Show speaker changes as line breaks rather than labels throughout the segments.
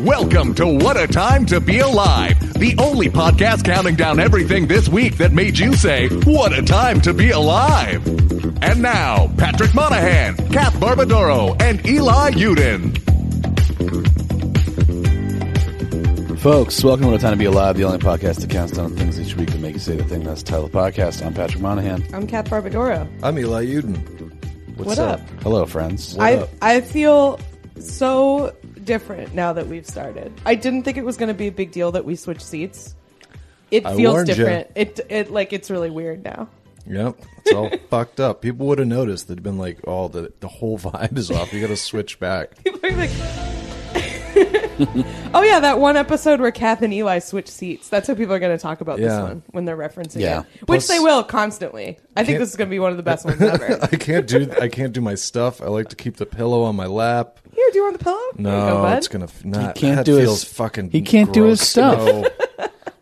Welcome to What a Time to Be Alive, the only podcast counting down everything this week that made you say, What a Time to Be Alive. And now, Patrick Monahan, Kath Barbadoro, and Eli Uden.
Folks, welcome to What a Time to Be Alive, the only podcast that counts down things each week to make you say the thing that's the title of the podcast. I'm Patrick Monahan.
I'm Kath Barbadoro.
I'm Eli Uden.
What's what up?
Hello, friends.
I I feel so different now that we've started. I didn't think it was going to be a big deal that we switched seats. It
I
feels
warned ya.
different. It it like it's really weird now.
Yep, it's all fucked up. People would have noticed. They'd been like, "Oh, the the whole vibe is off. You got to switch back."
People are like, oh yeah, that one episode where Kath and Eli switch seats. That's what people are going to talk about this
Yeah.
one when they're referencing
Yeah.
it, which
Plus-
they will constantly. I think
Can't-
this is going to be one of the best ones ever.
I can't do I can't do my stuff. I like to keep the pillow on my lap.
Here, do you want the pillow? There you go,
No,
bud.
it's gonna f- not.
can't
that
do his-
feels fucking.
he can't do his
gross.
stuff.
No.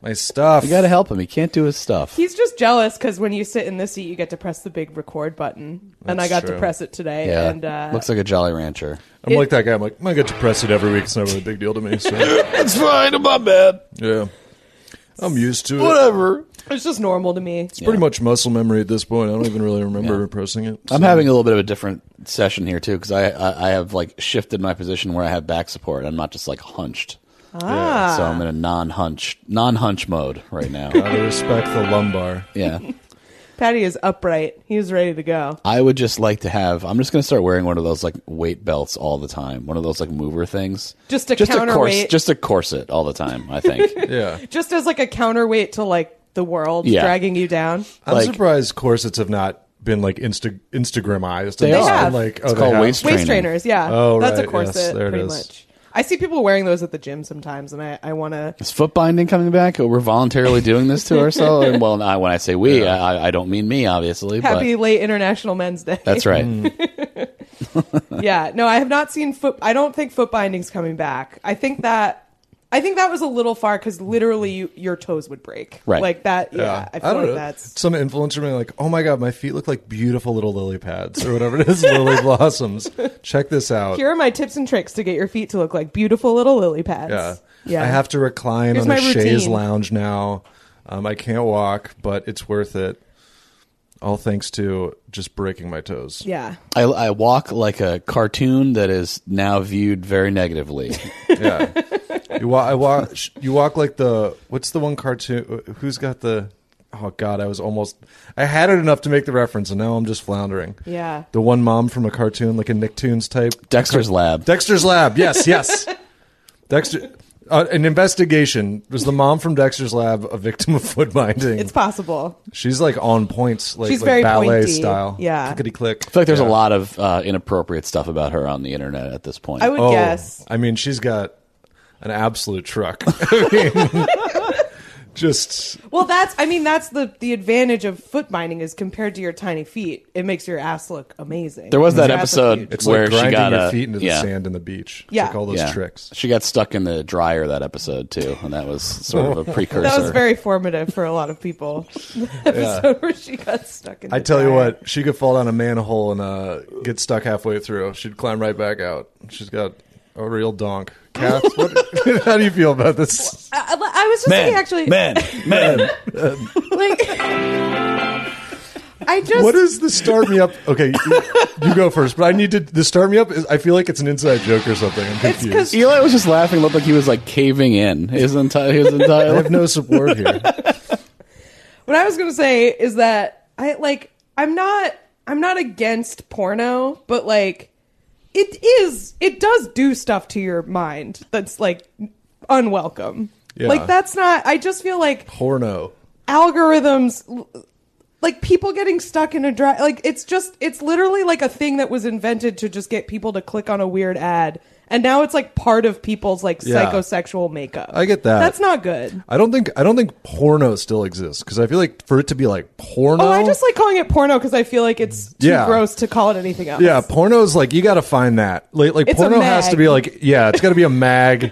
my stuff.
You got to help him. He can't do his stuff.
He's just jealous because when you sit in this seat, you get to press the big record button, and I got
That's
to
true.
press it today.
yeah.
And uh,
Looks like a Jolly Rancher.
I'm
it-
like that guy. I'm like, I get to press it every week. It's not really a big deal to me. So
That's fine. I'm not bad.
yeah, I'm used to it.
Whatever.
it's just normal to me.
It's pretty much muscle memory at this point. I don't even really remember pressing it.
I'm
so.
having a little bit of a different session here, too, because I, I, I have like shifted my position where I have back support. I'm not just like hunched.
Ah.
So I'm in a non hunch, non hunch mode right now.
Gotta respect the lumbar.
yeah.
Patty is upright. He's ready to go.
I would just like to have. I'm just going to start wearing one of those like weight belts all the time. One of those like mover things.
Just a
corset.
counterweight.
Just a corset all the time. I think.
Yeah.
Just as like a counterweight to like the world
Yeah.
dragging you down.
I'm
Like-
surprised corsets have not been like Insta- Instagramized.
They
and just
are.
been Like, oh,
It's
they
called
have-
waist-
Waist
Training.
trainers, yeah.
Oh,
That's a
right.
corset,
Yes, there it
pretty
is.
much. I see people wearing those at the gym sometimes, and I, I want to.
Is foot binding coming back? We're voluntarily doing this to ourselves. And, well, I, when I say we, I I, I don't mean me, obviously.
Happy
but
late International Men's Day.
that's right.
Mm.
yeah no i have not seen foot i don't think foot bindings coming back i think that i think that was a little far because literally you, your toes would break
Right.
like that yeah, i feel
don't
like
know.
that's
some influencer being like, "Oh my god, my feet look like beautiful little lily pads or whatever it is, lily blossoms. Check this out."
here are my tips and tricks to get your feet to look like beautiful little lily pads
yeah.
yeah
I have to recline
Here's
on a
my
chaise
routine.
lounge now. Um, I can't walk, but it's worth it. All thanks to just breaking my toes.
yeah
I, I walk like a cartoon that is now viewed very negatively.
Yeah. you walk. I walk. sh- You walk like the. What's the one cartoon? Who's got the? Oh God, I was almost. I had it enough to make the reference, and now I'm just floundering.
Yeah.
The one mom from a cartoon, like a Nicktoons type.
Dexter's Lab.
Dexter's Lab. Yes. Yes. Dexter. Uh, an investigation was the mom from Dexter's Lab a victim of foot binding.
it's possible
She's like on points, like,
She's
like
very
ballet
pointy.
style.
Yeah.
clickety click.
I feel like there's a lot of uh, inappropriate stuff about her on the internet at this point.
i would
Oh,
guess
I mean, she's got an absolute truck. I mean, just
well that's i mean that's the the advantage of foot binding is compared to your tiny feet it makes your ass look amazing
There was that
Your ass looks
episode-
huge.
It's
where
like
she
grinding
got
your
a-
feet into
yeah.
the sand in the beach. It's
Yeah.
like all those
Yeah.
tricks.
She got stuck in the dryer that episode too, and that was sort of a precursor.
that was very formative for a lot of people. The episode where she got stuck in.
I
the
tell you
dryer.
what, she could fall down a manhole and uh, get stuck halfway through. She'd climb right back out. She's got a real donk. Kath, what, how do you feel about this?
I, I- I was just thinking, actually,
man.
like, I just
What is the start me up? Okay, you, you go first, but I need to. The start me up is. I feel like it's an inside joke or something. I'm
It's 'cause-
confused.
Eli was just laughing. Looked like he was like caving in his entire his entire.
I
life.
have no support here.
what I was gonna say is that I like I'm not I'm not against porno, but like it is it does do stuff to your mind that's like unwelcome.
Yeah.
Like that's not. I just feel like
Porno.
algorithms l- like people getting stuck in a dry like it's just it's literally like a thing that was invented to just get people to click on a weird ad and now it's like part of people's like
Yeah.
psychosexual makeup
I get that.
that's not good
I don't think. I don't think porno still exists because I feel like for it to be like porno.
oh i just like calling it porno because i feel like it's too
Yeah.
gross to call it anything else
Yeah, porno's like you got to find that. Like, like
It's a
porno has to
mag.
be like yeah, it's got to be a mag.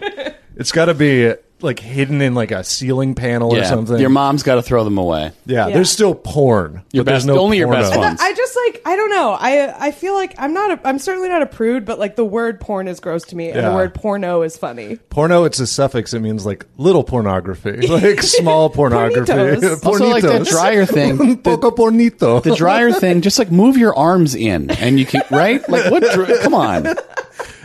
it's got to be like hidden in like a ceiling panel or
Yeah.
something.
Your mom's got to throw them away.
yeah,
Yeah.
there's still porn.
Your
but there's
best-
no
only your
porno.
best ones.
I just like I don't know. I I feel like I'm not a I'm certainly not a prude, but like the word porn is gross to me, and the
Yeah.
word porno is funny.
Porno, it's a suffix. It means like little pornography, like small pornography.
Pornitos.
Also, like that dryer thing.
Un poco pornito.
The dryer thing, just like move your arms in, and you can right. Like what? Dr- come on.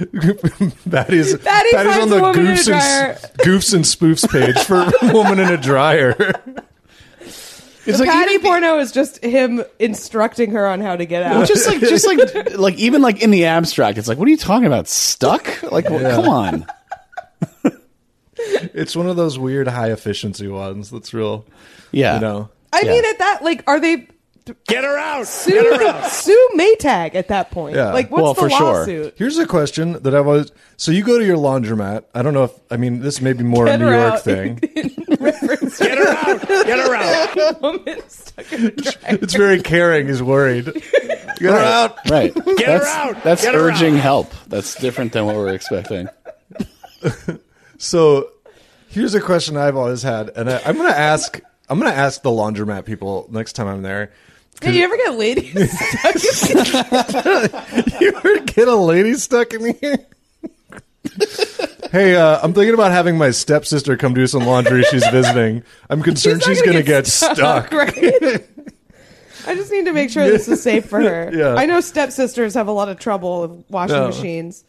that is
Patty
that is
finds
on
a
the
woman in a
goofs and, s- goofs and spoofs page for woman in a dryer.
It's
The
like
Patty
even-
porno is just him instructing her on how to get
Well,
out.
just like just like like even like in the abstract, it's like what are you talking about? Stuck? Like well, come on.
It's one of those weird high efficiency ones that's real.
Yeah.
You know.
I
yeah.
mean, at that like, are they
Get her out!
sue, sue Maytag at that point?
Yeah.
Like, what's
Well,
the
for sure.
lawsuit?
Here's a question that I was so you go to your laundromat. I don't know if I mean this may be more
Get
a New
her
York
out.
thing.
Reference
Get her out! Get her out!
woman stuck in a dryer.
it's very caring, is worried. Get her out.
Right.
her
that's
out.
that's
Get her
urging help. That's different than what we're expecting.
So here's a question I've always had, and I, I'm gonna ask I'm gonna ask the laundromat people next time I'm there.
Did you ever get ladies stuck in
you ever get a lady stuck in here? hey, uh, I'm thinking about having my stepsister come do some laundry. She's visiting. I'm concerned she's,
not
gonna, get, stuck.
Right. I just need to make sure this is safe for her.
Yeah.
I know stepsisters have a lot of trouble with washing
No.
machines.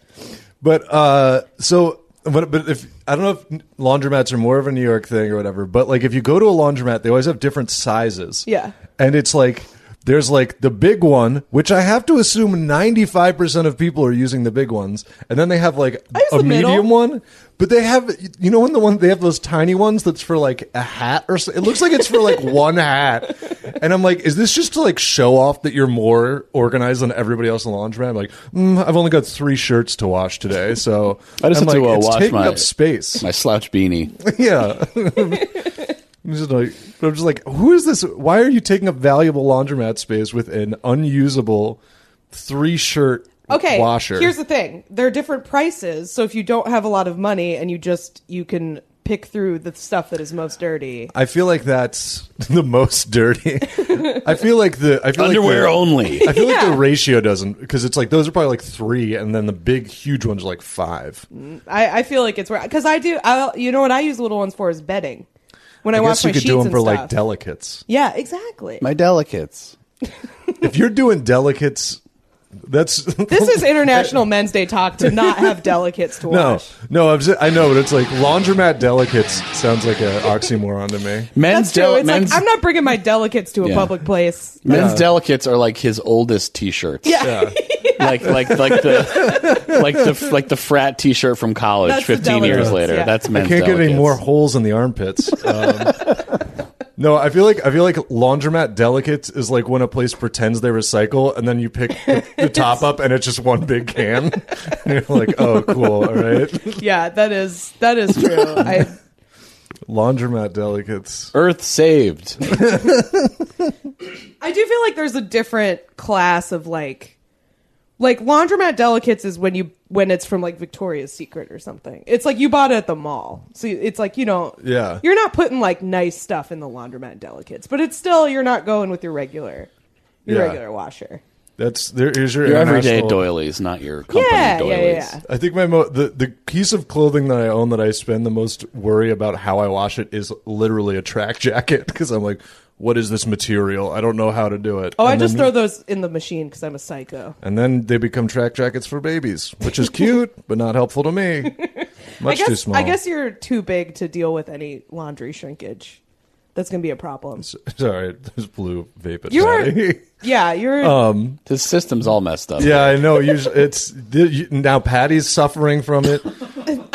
But uh, so, but, but if I don't know if laundromats are more of a New York thing or whatever, but like if you go to a laundromat, they always have different sizes.
Yeah.
and it's like there's like the big one, which I have to assume 95 percent of people are using the big ones, and then they have like
use
a
the middle.
medium one. But they have, you know, when the one they have those tiny ones that's for like a hat or so, it looks like it's for like one hat, and I'm like, is this just to like show off that you're more organized than everybody else in the laundromat? I'm like, mm, I've only got three shirts to wash today, so
I just
I'm
have to,
like,
uh,
it's
wash
taking
my-
up space.
My slouch beanie.
yeah. I'm just like, but I'm just like, who is this? Why are you taking up valuable laundromat space with an unusable three shirt
Okay.
washer?
Here's the thing. They're different prices, so if you don't have a lot of money and you just you can pick through the stuff that is most dirty.
I feel like that's the most dirty. I feel like the I feel
Underwear
like the,
only.
I feel like
Yeah.
the ratio doesn't because it's like those are probably like three, and then the big huge ones are like five.
I, I feel like it's where because I do. I you know what I use little ones for is bedding. When I,
I
wash
guess
my
you could
sheets
do them
and
for
stuff.
like delicates.
yeah, exactly.
My delicates.
if you're doing delicates, that's
this is International Men's Day talk to not have delicates to
No,
wash.
no, I'm just, I know, but it's like laundromat delicates sounds like an oxymoron to me.
Men's
That's true.
del-
it's like
men's-
I'm not bringing my delicates to a
Yeah.
public place.
Men's delicates are like his oldest t-shirts.
Yeah.
Like like like the like the like the frat t-shirt from college
That's the
15 years
delicates,
later.
yeah.
That's
I
men's
can't get any
delicates.
more holes in the armpits. Um, no, I feel like I feel like laundromat delicates is like when a place pretends they recycle, and then you pick the, the top up, and it's just one big can. And you're like, oh, cool, all right.
yeah, that is that is true. I
Laundromat delicates.
Earth saved.
I do feel like there's a different class of like like laundromat delicates is when you when it's from like Victoria's Secret or something. It's like you bought it at the mall. So it's like you don't
Yeah.
You're not putting like nice stuff in the laundromat delicates, but it's still you're not going with your regular your
Yeah.
regular washer.
That's there. Here's your,
Your everyday
international-
doilies, not your company
Yeah, yeah,
doilies.
yeah.
I think my mo- the the piece of clothing that I own that I spend the most worry about how I wash it is literally a track jacket because I'm like, what is this material? I don't know how to do it.
Oh, I
And
just
then-
throw those in the machine because I'm a psycho.
And then they become track jackets for babies, which is cute but not helpful to me.
I
Much
guess
too small.
I guess you're too big to deal with any laundry shrinkage. That's gonna be a problem.
Sorry, there's blue vapor.
You are- Yeah, you're
uh,
This system's all messed up.
yeah, I know. Usually, it's the- you- now Patty's suffering from it.
I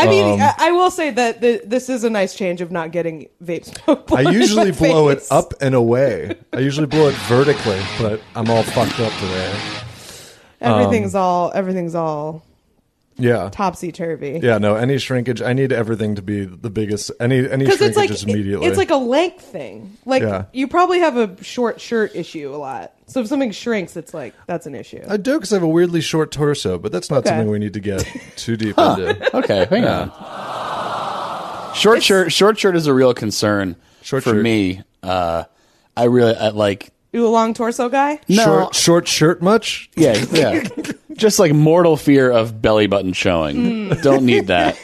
um,
mean, I, I will say that the, this is a nice change of not getting vape smoke.
I
blown in
usually
my
blow it
face.
up and away. I usually blow it vertically, but I'm all fucked up today.
Everything's
um,
all everything's all
Yeah.
topsy turvy.
Yeah, no, any shrinkage. I need everything to be the biggest. Any any shrinkage
it's like
is
it-
immediately.
it's like a length thing. Like
Yeah.
you probably have a short shirt issue a lot. So if something shrinks, it's like that's an issue.
I do because I have a weirdly short torso, but that's not
Okay.
something we need to get too deep into.
Okay, hang on. Short shirt. Short shirt is a real concern
Short
for
shirt.
me. Uh, I really I like.
You a long torso guy?
No,
Short, short shirt much?
yeah, yeah. Just like mortal fear of belly button showing. Don't need that.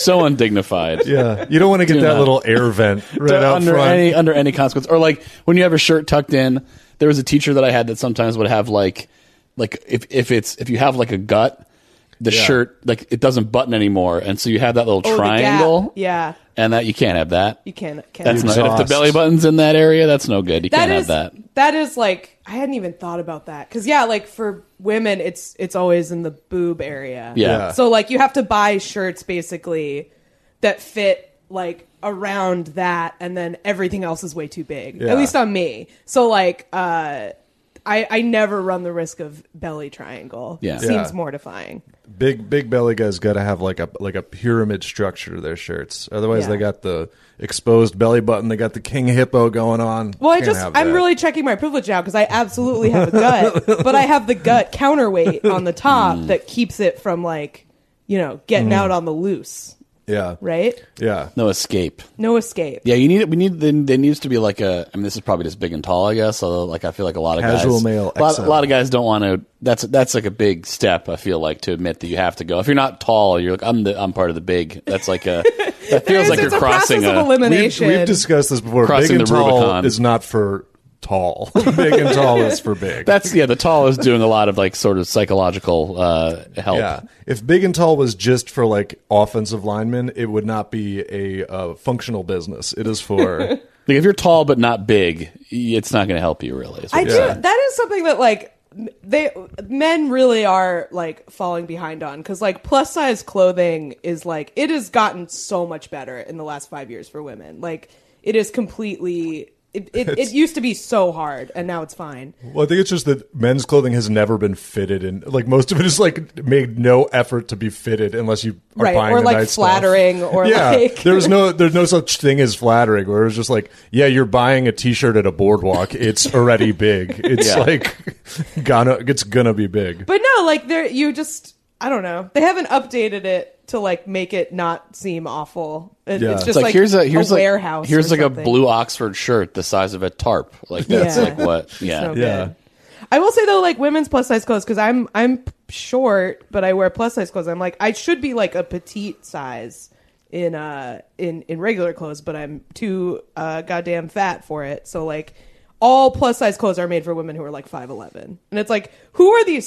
So undignified.
Yeah. You don't want to get that
not.
little air vent right out
under
front.
any under any consequence, or like when you have a shirt tucked in. There was a teacher that I had that sometimes would have like like if if it's if you have like a gut, the
Yeah.
shirt like it doesn't button anymore, and so you have that little
Oh, the gap.
triangle.
Yeah.
and that you can't have that.
You can. can
That's not, and if the
Exhaust.
belly button's in that area, that's no good. You
That
can't
is-
have that.
that is like I hadn't even thought about that because yeah, like for women, it's it's always in the boob area.
Yeah.
Yeah.
So like you have to buy shirts basically that fit like around that, and then everything else is way too big.
Yeah.
At least on me. So like uh, I I never run the risk of belly triangle.
Yeah.
Seems
Yeah.
mortifying.
Big big belly guys got to have like a like a pyramid structure to their shirts. Otherwise,
Yeah.
they got the exposed belly button. They got the king hippo going on.
Well, I
Can't
just
have
I'm
that.
really checking my privilege now because I absolutely have a gut, but I have the gut counterweight on the top that keeps it from like you know getting out on the loose,
yeah
right?
yeah.
No escape.
No escape.
Yeah, you need We need. There there needs to be like a. I mean, this is probably just big and tall, I guess. Although, like, I feel like a lot of
Casual
guys,
male
a lot, a
XL.
lot of guys don't want to. That's that's like a big step. I feel like to admit that you have to go. If you're not tall, you're like I'm the I'm part of the big. That's like a. That feels like you're
it's a
crossing
process of
a.
We've,
elimination.
we've discussed this before.
Crossing
big and
the
tall
Rubicon.
is not for tall. big and tall is for big.
That's yeah. The tall is doing a lot of like sort of psychological uh, help.
yeah. If big and tall was just for like offensive linemen, it would not be a uh, functional business. It is for
Like if you're tall but not big, it's not going to help you really. is what
I
you're
do.
saying.
That is something that like m- they men really are like falling behind on because like plus size clothing is like it has gotten so much better in the last five years for women. Like it is completely. It, it, it used to be so hard, and now it's fine.
Well, I think it's just that men's clothing has never been fitted, and like most of it is like made no effort to be fitted unless you are
Right,
buying
or,
the
like,
nice
flattering,
stuff.
or,
yeah,
like-
there's no there's no such thing as flattering. Where it's just like, yeah, you're buying a t-shirt at a boardwalk. It's already big. It's
Yeah.
like gonna it's gonna be big.
But no, like there you just I don't know. They haven't updated it to like make it not seem awful. It,
Yeah.
It's just
It's
It's like, here's a here's like
warehouse.
here's
or
like
something.
a blue Oxford shirt the size of a tarp. Like that's
Yeah.
like what? Yeah,
So
Yeah.
good. I will say though, like women's plus size clothes, because I'm I'm short, but I wear plus size clothes. I'm like I should be like a petite size in uh in in regular clothes, but I'm too uh goddamn fat for it. So like all plus size clothes are made for women who are like five eleven, and it's like who are these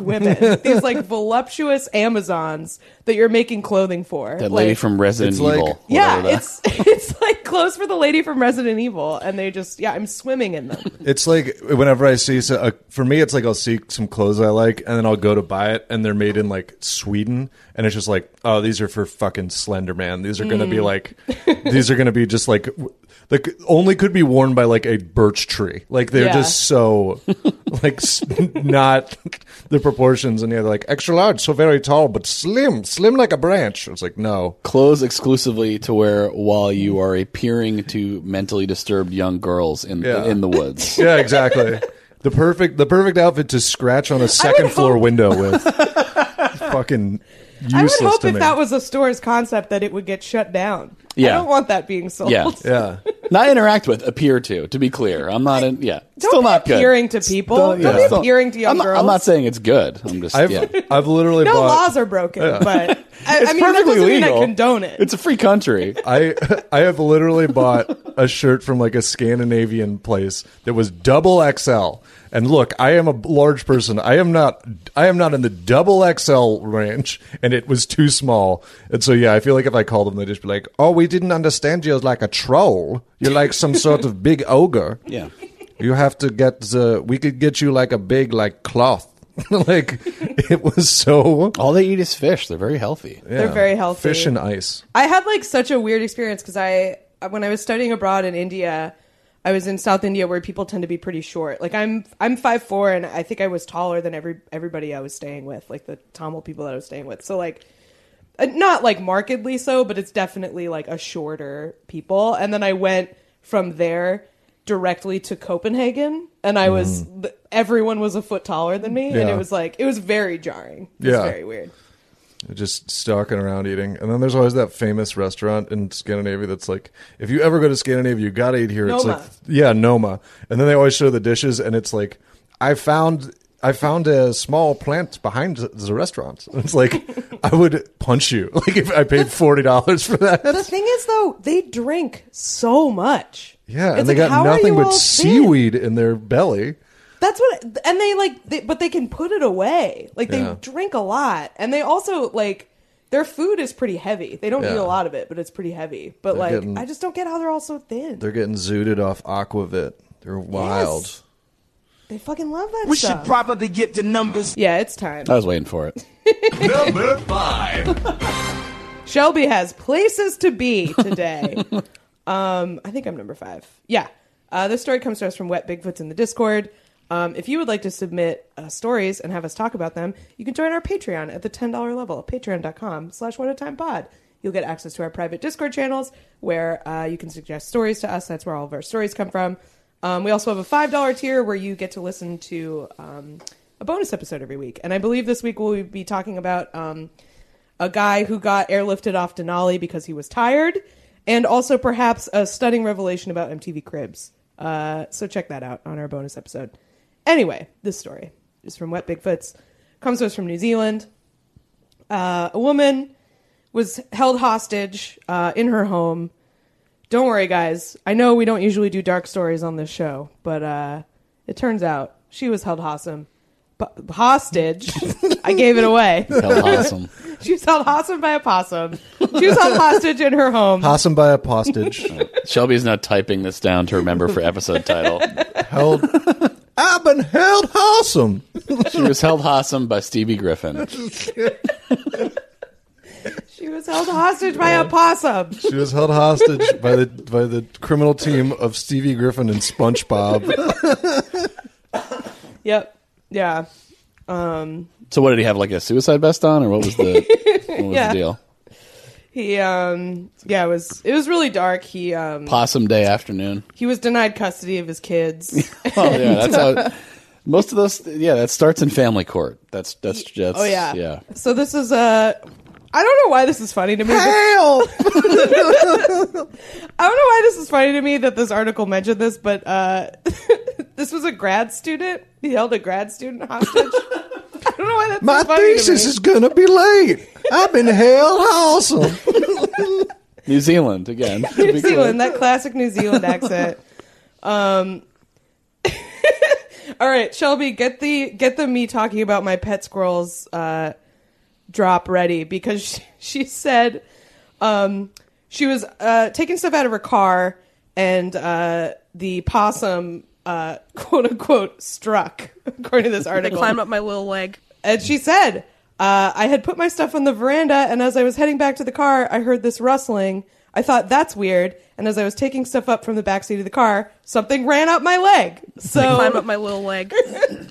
women, these like voluptuous Amazons that you're making clothing for?
that lady
Like-
from Resident
It's like-
Evil.
yeah,
whatever that-
it's it's like clothes for the lady from Resident Evil, and they just yeah, I'm swimming in them.
It's like whenever I see so, uh, for me, it's like I'll see some clothes I like, and then I'll go to buy it, and they're made in like Sweden, and it's just like, oh, these are for fucking Slender Man. These are gonna be like, these are gonna be just like, w- like only could be worn by like a birch tree. Like they're
Yeah.
just so like s- not the proportions, and yeah, they're like extra large, so very tall, but slim, slim like a branch. It's like no,
clothes exclusively to wear while you are appearing to mentally disturbed young girls in
Yeah.
in the woods.
yeah, exactly. The perfect, the perfect outfit to scratch on a second floor
hope-
window with. Fucking useless
I would hope
to
if
me.
that was a store's concept that it would get shut down.
Yeah.
I don't want that being sold.
Yeah.
yeah,
not interact with, appear to. To be clear, I'm not in. Yeah,
Don't
still
be
not good.
appearing to people.
Don't-
Don't
yeah.
be appearing to young
I'm not,
girls.
I'm not saying it's good. I'm just
I've
yeah.
I've literally
no
bought.
laws are broken, but I, I
It's
mean that
perfectly
doesn't mean I
legal.
condone it.
It's a free country.
I I have literally bought a shirt from like a Scandinavian place that was double XL. And look, I am a large person. I am not I am not in the double XL range and it was too small. And so yeah, I feel like if I called them they'd just be like, "Oh, we didn't understand you as like a troll. You're like some sort of big ogre."
Yeah.
You have to get the we could get you like a big like cloth. like it was so
All they eat is fish. They're very healthy.
They're very healthy.
Fish and ice.
I had like such a weird experience because I, when I was studying abroad in India, I was in South India where people tend to be pretty short. Like I'm, I'm five four, and I think I was taller than every everybody I was staying with, like the Tamil people that I was staying with. So like, uh, not like markedly so, but it's definitely like a shorter people. And then I went from there directly to Copenhagen, and I was th- everyone was a foot taller than me, and
Mm-hmm. Yeah.
it was like it was very jarring. It was
Yeah.
very weird.
just stalking around eating. And then there's always that famous restaurant in Scandinavia that's like, if you ever go to Scandinavia, you gotta eat here. It's
Noma.
like, yeah, Noma. And then they always show the dishes, and it's like, I found. I found a small plant behind the- the restaurant. It's like I would punch you. Like if I paid forty dollars for that.
The thing is, though, they drink so much.
Yeah,
It's
and they
like,
got
how are
nothing
you all
but
thin?
seaweed in their belly.
That's what, and they like, they, but they can put it away. Like they
Yeah.
drink a lot, and they also like their food is pretty heavy. They don't
Yeah.
eat a lot of it, but it's pretty heavy. But like,
getting-
I just don't get how they're all so thin.
They're getting zooted off Aquavit. They're wild.
Yes. They fucking love that
We
stuff.
should probably get the numbers.
yeah, it's time.
I was waiting for it.
Number five.
Shelby has places to be today. um, I think I'm number five. Yeah. Uh, this story comes to us from Wet Bigfoots in the Discord. Um, if you would like to submit uh, stories and have us talk about them, you can join our Patreon at the $10 level, patreon.com slash one at a time pod. You'll get access to our private Discord channels where uh, you can suggest stories to us. That's where all of our stories come from. Um, we also have a $5 tier where you get to listen to um, a bonus episode every week. And I believe this week we'll be talking about um, a guy who got airlifted off Denali because he was tired, and also perhaps a stunning revelation about MTV Cribs. Uh, so check that out on our bonus episode. Anyway, this story is from Wet Bigfoots, comes to us from New Zealand. Uh, a woman was held hostage uh, in her home. Don't worry, guys. I know we don't usually do dark stories on this show, but uh, it turns out she was held hostage. Hostage. I gave it away.
Hell awesome.
She was held hostage by a possum. She was held hostage in her home.
Possum by a postage.
Shelby's now typing this down to remember for episode title.
held. I've been held awesome.
She was held hostage by Stevie Griffin.
She was held hostage by a possum.
She was held hostage by the by the criminal team of Stevie Griffin and SpongeBob.
Yep. Yeah.
So what did he have like a suicide vest on, or what was the what was
Yeah.
the deal?
He um yeah, it was it was really dark. He um
Possum Day afternoon.
he was denied custody of his kids.
Oh yeah, that's how. Most of those, yeah, that starts in family court. That's that's that's
oh yeah.
yeah.
So this is uh I don't know why this is funny to me. but-
Hell,
I don't know why this is funny to me that this article mentioned this, but uh, this was a grad student. He held a grad student hostage. I don't know why that's
my
so funny to
thesis
me.
is gonna be late. I've been held awesome.
New Zealand again. to
New
be clear.
Zealand, that classic New Zealand accent. Um, all right, Shelby, get the get the me talking about my pet squirrels uh, drop ready because she, she said um, she was uh, taking stuff out of her car and uh, the possum uh, quote unquote struck according to this
They
article.
climb up my little leg.
And she said, uh, I had put my stuff on the veranda, and as I was heading back to the car, I heard this rustling. I thought, that's weird. And as I was taking stuff up from the backseat of the car, something ran up my leg.
Climb
So,
up my little leg.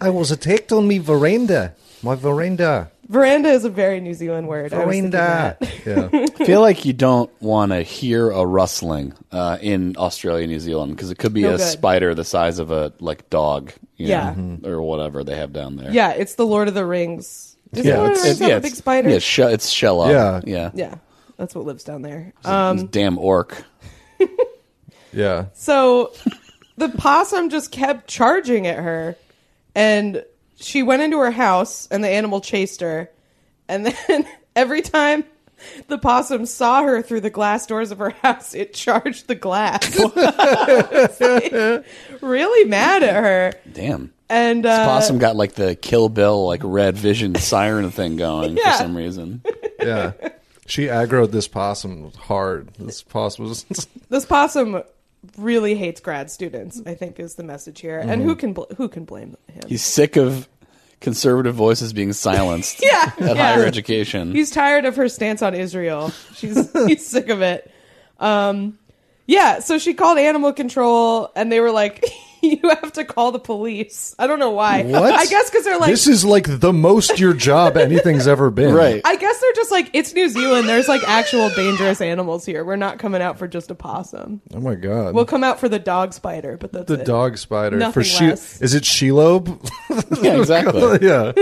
I was attacked on me veranda. My veranda.
veranda is a very New Zealand word. I was thinking
Veranda.
that.
Yeah.
I feel like you don't want to hear a rustling uh, in Australia, New Zealand, because it could be
No
a
good.
spider the size of a like dog, you
Yeah.
know, or whatever they have down there.
Yeah, it's the Lord of the Rings. Is yeah,
Yeah,
the Lord of
it's,
the Rings have
yeah,
a big
it's-
spider?
yeah, it's shell, it's shell up.
Yeah.
yeah,
yeah, that's what lives down there.
It's
Um,
a damn orc.
Yeah.
So the possum just kept charging at her, and she went into her house, and the animal chased her. And then every time the possum saw her through the glass doors of her house, it charged the glass. It's like, really mad at her.
Damn.
And
This
uh,
possum got like the Kill Bill like red vision siren thing going
Yeah.
for some reason.
Yeah. She aggroed this possum hard. This possum was
this possum really hates grad students. I think is the message here.
Mm-hmm.
And who can bl- who can blame him?
He's sick of conservative voices being silenced
yeah,
at
yeah.
higher education.
He's tired of her stance on Israel. She's he's sick of it. Um, yeah, so she called animal control, and they were like, "You have to call the police." I don't know why.
What?
I guess because they're like,
this is like the most your job anything's ever been.
right.
I guess they're just like, it's New Zealand. There's like actual dangerous animals here. We're not coming out for just a possum.
Oh my god.
We'll come out for the dog spider, but that's
the
it.
dog spider
Nothing
for she
less.
is it shelob
yeah, exactly.
yeah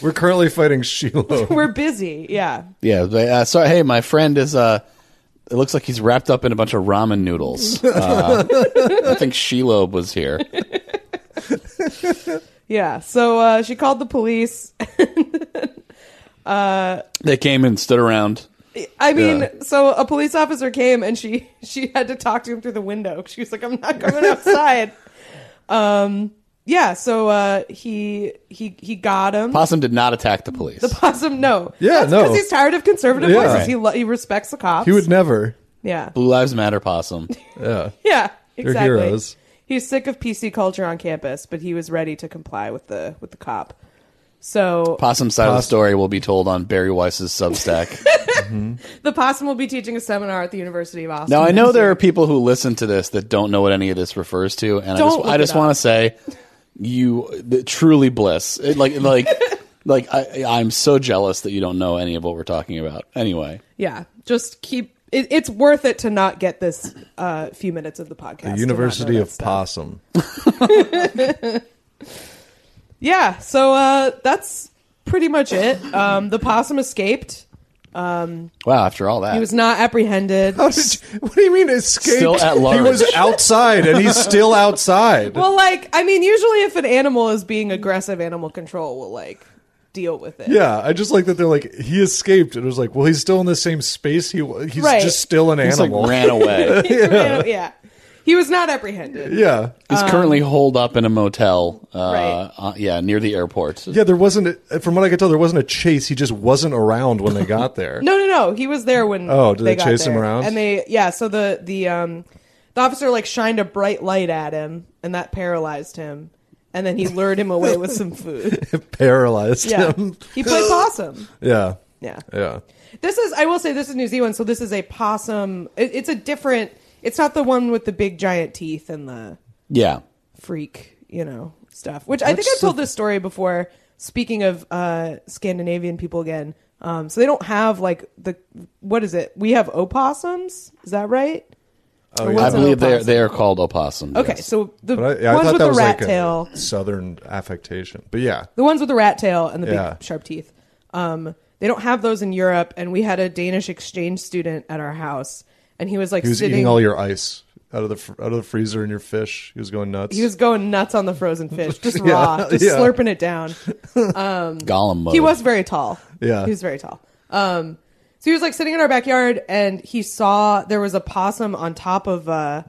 We're currently fighting Shiloh.
We're busy. Yeah.
Yeah. They, uh, sorry. Hey, my friend is. Uh, it looks like he's wrapped up in a bunch of ramen noodles. Uh, I think Shiloh was here.
Yeah. So uh, she called the police.
They came and stood around.
I mean,
Yeah.
so a police officer came and she she had to talk to him through the window. She was like, "I'm not coming outside." um. Yeah. So uh, he he he got him.
Possum did not attack the police.
Possum, no.
Yeah,
That's
no.
Because he's tired of conservative
Yeah.
voices. He lo- he respects the cops.
he would never.
Yeah.
Blue Lives Matter possum.
Yeah.
Yeah. Exactly.
heroes.
He's sick of PC culture on campus, but he was ready to comply with the with the cop. So
Possum's side of the
Possum.
story will be told on Barry Weiss's Substack.
the possum will be teaching a seminar at the University of Austin.
Now I know
next
there
year.
are people who listen to this that don't know what any of this refers to, and I
Don't
just,
look
I
it
just
up.
want to say, you th- truly bliss. It, like like like I, I'm so jealous that you don't know any of what we're talking about. Anyway,
Yeah, just keep. It, it's worth it to not get this uh, few minutes of the podcast. to not
University
know that
of
stuff.
Possum.
Yeah, so uh, that's pretty much it. Um, the possum escaped.
wow! After all that,
He was not apprehended.
How did you- what do you mean escaped?
Still at large.
He was outside, and he's still outside.
Well, like I mean, usually if an animal is being aggressive, animal control will like deal with it.
yeah, I just like that they're like he escaped, and it was like, well, he's still in the same space. He wa- he's
Right.
just still an
He just, like
animal.
ran away.
yeah. yeah. He was not apprehended.
yeah,
He's currently holed up in a motel. Uh,
Um, Right.
uh, yeah, near the airport.
yeah. There wasn't, a, from what I could tell, there wasn't a chase. He just wasn't around when they got there.
No, no, no. He was there when.
Oh, did they
got
chase him
there.
around?
And they, yeah. So the the um the officer like shined a bright light at him, and that paralyzed him. And then he lured him away with some food.
It paralyzed
Yeah,
him.
he played possum.
Yeah,
Yeah,
yeah.
this is. I will say this is New Zealand, so this is a possum. It, it's a different. It's not the one with the big giant teeth and the
Yeah,
freak, you know, stuff. Which I think
What's
I've told
the-
this story before. Speaking of uh, Scandinavian people again, um, so they don't have like the what is it? We have opossums. Is that right? Oh,
yeah.
I believe they are, they are called opossums.
Okay,
yes.
so the
But I, yeah, I
ones
thought
with
that
the
was
rat
like
tail,
a southern affectation. But yeah,
the ones with the rat tail and the
Yeah.
big sharp teeth. Um, they don't have those in Europe. And we had a Danish exchange student at our house, and he was like
he was
sitting.
eating all your ice out of the fr- out of the freezer and your fish. He was going nuts.
he was going nuts on the frozen fish, just
Yeah,
raw, just
yeah.
slurping it down.
Gollum mode.
He was very tall.
Yeah.
He was very tall. Um, so he was like sitting in our backyard and he saw there was a possum on top of uh,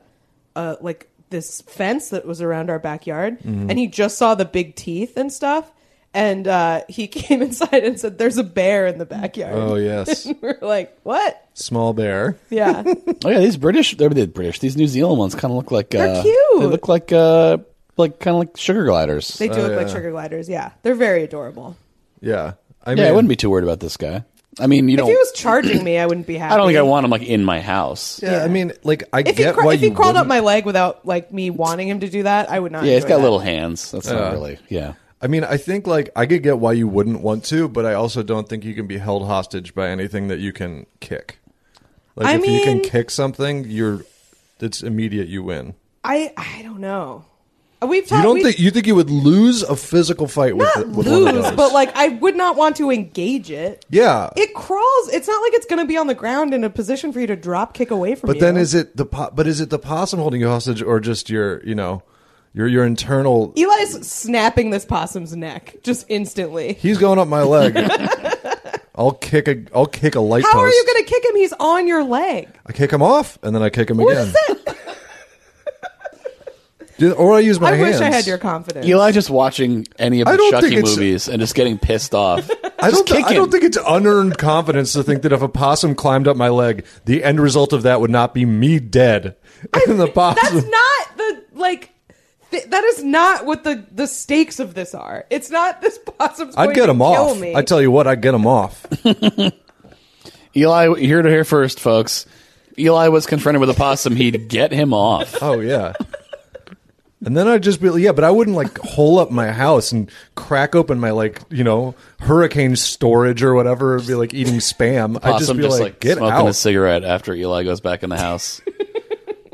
uh, like this fence that was around our backyard.
Mm-hmm.
And he just saw the big teeth and stuff. And uh, he came inside and said, There's a bear in the backyard.
Oh yes,
we are like, What?
small bear.
Yeah.
Oh yeah, these British, they're they're British. These New Zealand ones kind of look like
They're
uh,
cute.
They look like uh, like kind of like sugar gliders.
They do look like
yeah.
sugar gliders. Yeah. They're very adorable.
Yeah, I
yeah, I wouldn't be too worried about this guy. I mean, you
If
don't.
he was charging me, I wouldn't be happy.
I don't think I want him like in my house. Yeah,
Yeah, I mean, like I
If he,
get
cra-
why
if
you
he crawled up
wouldn't-
my leg without like me wanting him to do that, I would not.
he's
enjoy
got
that.
little hands. That's not really. Yeah,
I mean, I think like I could get why you wouldn't want to, but I also don't think you can be held hostage by anything that you can kick. Like
I
if you can
mean-
kick something, you're it's immediate. You win.
I I don't know. We've talked.
You don't
we've
think you think you would lose a physical fight with,
not
it- with one of
lose,
those.
but like I would not want to engage it.
yeah.
It crawls. It's not like it's going to be on the ground in a position for you to drop kick away from.
but
you.
then is it the po- but is it the possum holding you hostage or just your you know your your internal?
Eli's snapping this possum's neck just instantly?
He's going up my leg. I'll kick a I'll kick a light
How
post.
are you going to kick him? He's on your leg.
I kick him off and then I kick him again. Dude, or I use my
I
hands.
wish I had your confidence.
Eli just watching any of
I
the
don't
Chucky
think it's-
movies and just getting pissed off.
I don't.
kick
I
him.
don't think it's unearned confidence to think that if a possum climbed up my leg, the end result of that would not be me dead. And the
That's
possum.
not the like. Th- that is not what the the stakes of this are. It's not this possum's.
I'd
going
get
to
him
kill
off.
Me.
I tell you what, I'd get him off.
Eli, you heard it here first, folks. Eli was confronted with a possum. He'd get him off.
Oh yeah. And then I'd just be yeah, but I wouldn't like hole up my house and crack open my like you know hurricane storage or whatever. It'd be like eating spam. I'd just
Possum
be
just
like,
like,
get
smoking
out.
a cigarette after Eli goes back in the house.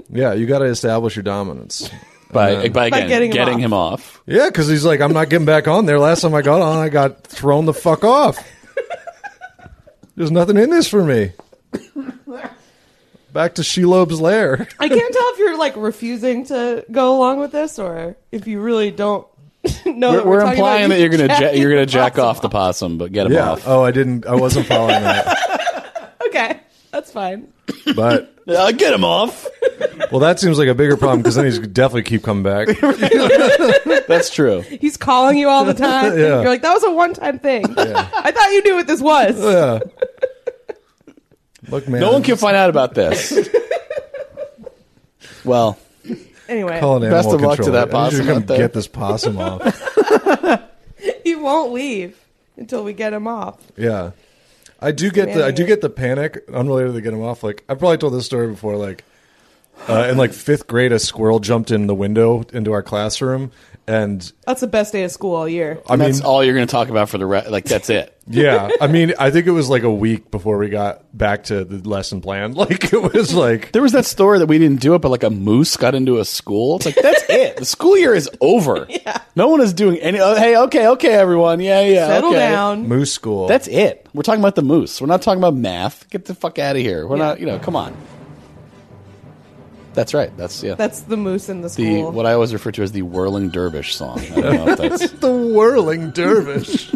Yeah, you got to establish your dominance.
by
And then-
by, again,
getting
getting,
him off.
him off.
Yeah, because he's like, I'm not getting back on there. Last time I got on, I got thrown the fuck off. There's nothing in this for me. Back to Shelob's lair.
I can't tell if you're like refusing to go along with this or if you really don't know.
We're,
that
we're
talking about
implying that
you
you're gonna ja-
jacking
you're gonna jack
possum
off the possum, but get him
Yeah.
off.
Oh, I didn't. I wasn't following that.
Okay, that's fine.
But
Uh, get him off.
well, that seems like a bigger problem because then he's definitely keep coming back.
That's true.
He's calling you all the time.
Yeah.
You're like, that was a one time thing. I thought you knew what this was.
Yeah. Look, man.
No one can find out about this. well,
Anyway,
call an
Best
animal
of luck to
control.
that
I need you
possum
come
out there.
get this possum off.
he won't leave until we get him off.
Yeah. I do get the I do get the panic unrelated to get him off. Like I probably told this story before. Like uh, in like fifth grade, a squirrel jumped in the window into our classroom, and
That's the best day of school all year.
I mean,
that's all you're gonna talk about for the rest. Like that's it.
yeah, I mean, I think it was like a week before we got back to the lesson plan. Like it was like
There was that story that we didn't do it, but like a moose got into a school. It's like that's it. The school year is over. No one is doing any. Oh, hey, okay, okay, everyone. Yeah, yeah.
Settle
okay.
down.
moose school.
That's it. We're talking about the moose. We're not talking about math. Get the fuck out of here. We're
Yeah.
not. You know, come on. That's right. That's yeah.
That's the moose in the
the
school.
what I always refer to as the whirling dervish song. I don't know if that's.
the whirling dervish.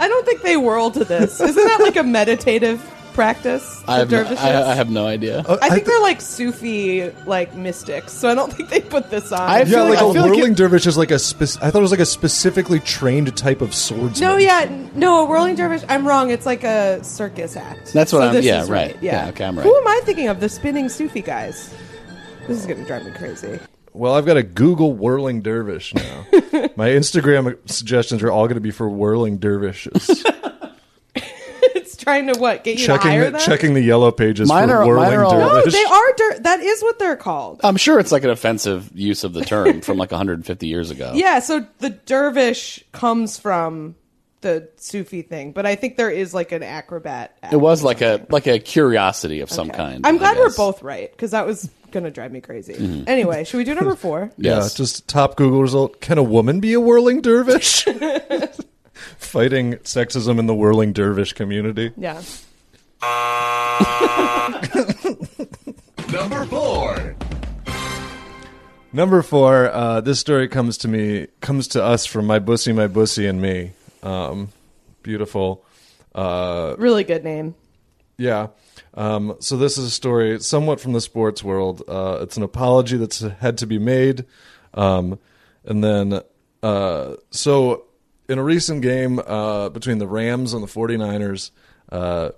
I don't think they whirl to this. Isn't that like a meditative practice? The
I have, no,
dervishes.
I, I have no idea.
I think they're like Sufi, like mystics. So I don't think they put this on.
I
yeah,
feel
like,
like- I
a
feel like
whirling
it-
dervish is like a. Spec- I thought it was like a specifically trained type of swordsman.
no, yeah, n- no, a whirling dervish. I'm wrong. It's like a circus act.
That's what
So
I'm-
this
yeah,
is
right. Yeah, okay, I'm right.
Who am I thinking of? The spinning Sufi guys. This is gonna drive me crazy.
Well, I've got to Google whirling dervish now. My Instagram suggestions are all going to be for whirling dervishes.
It's trying to what get you to
checking
hire
the,
them?
checking the yellow pages
Mine
for
are-
whirling
mine are all-
No,
dervish.
they are. Der- that is what they're called.
I'm sure it's like an offensive use of the term from like 150 years ago.
Yeah, so the dervish comes from the Sufi thing, but I think there is like an acrobat. Act
It was like a like a curiosity of some
Okay.
kind.
I'm
I
glad we're
guess. Mm-hmm.
both right because that was gonna drive me crazy. Anyway, should we do number four?
Yeah,
Yes.
just top Google result. Can a woman be a whirling dervish? Fighting sexism in the whirling dervish community.
Yeah.
Number four.
Number four, uh, this story comes to me, comes to us from my bussy, my bussy, and me. Um, beautiful. Uh,
Really good name.
Yeah. Um, so this is a story somewhat from the sports world. Uh, it's an apology that's had to be made, um, and then uh, so in a recent game uh, between the Rams and the 49ers, uh,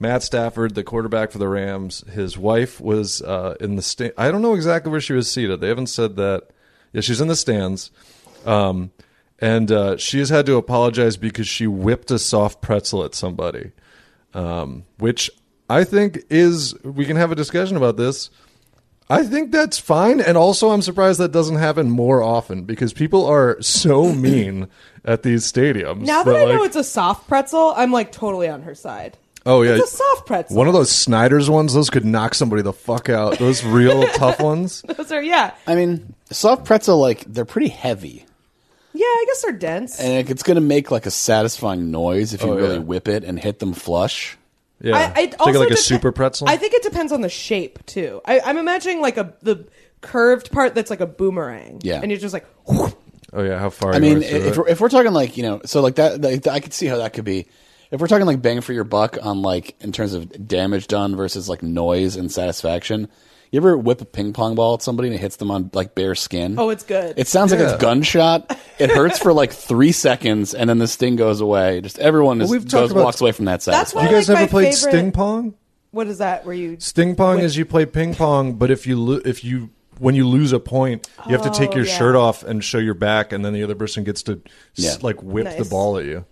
Matt Stafford, the quarterback for the Rams, his wife was uh, in the stand. I don't know exactly where she was seated. They haven't said that. Yeah, she's in the stands. Um, and uh, she has had to apologize because she whipped a soft pretzel at somebody, um, which I think is we can have a discussion about this. I think that's fine, and also I'm surprised that doesn't happen more often because people are so mean at these stadiums.
Now that I know
like-
it's a soft pretzel, I'm like totally on her side.
oh yeah,
It's a soft pretzel.
One of those Snyder's ones; those could knock somebody the fuck out. Those real tough ones.
Those are yeah,
I mean, soft pretzel like they're pretty heavy,
yeah. I guess they're dense.
and like, it's gonna make like a satisfying noise if you
Oh,
really
yeah.
whip it and hit them flush.
Yeah,
I, I
Think of
also
like a
depe-
super pretzel.
I think it depends on the shape too. I, I'm imagining like a the curved part that's like a boomerang.
Yeah.
and you're just like,
oh yeah, how far?
I
you
mean,
are through
if
it.
we're, if we're talking like you know, so like that, like, I could see how that could be. If we're talking like bang for your buck on like in terms of damage done versus like noise and satisfaction, you ever whip a ping pong ball at somebody and it hits them on like bare skin?
oh, it's good.
It sounds like
Yeah.
it's gunshot. It hurts for like three seconds, and then this thing goes away. Just everyone is,
Well, we've talked
goes,
about-
walks away from that.
That's
Satisfied.
you
I
guys
like
ever
my
played
favorite-
sting pong?
what is that? Where you
Sting pong is you play ping pong, but if you lo- if you when you lose a point, you have to take
Oh,
your
yeah.
shirt off and show your back, and then the other person gets to
Yeah.
s like whip the
Nice.
ball at you.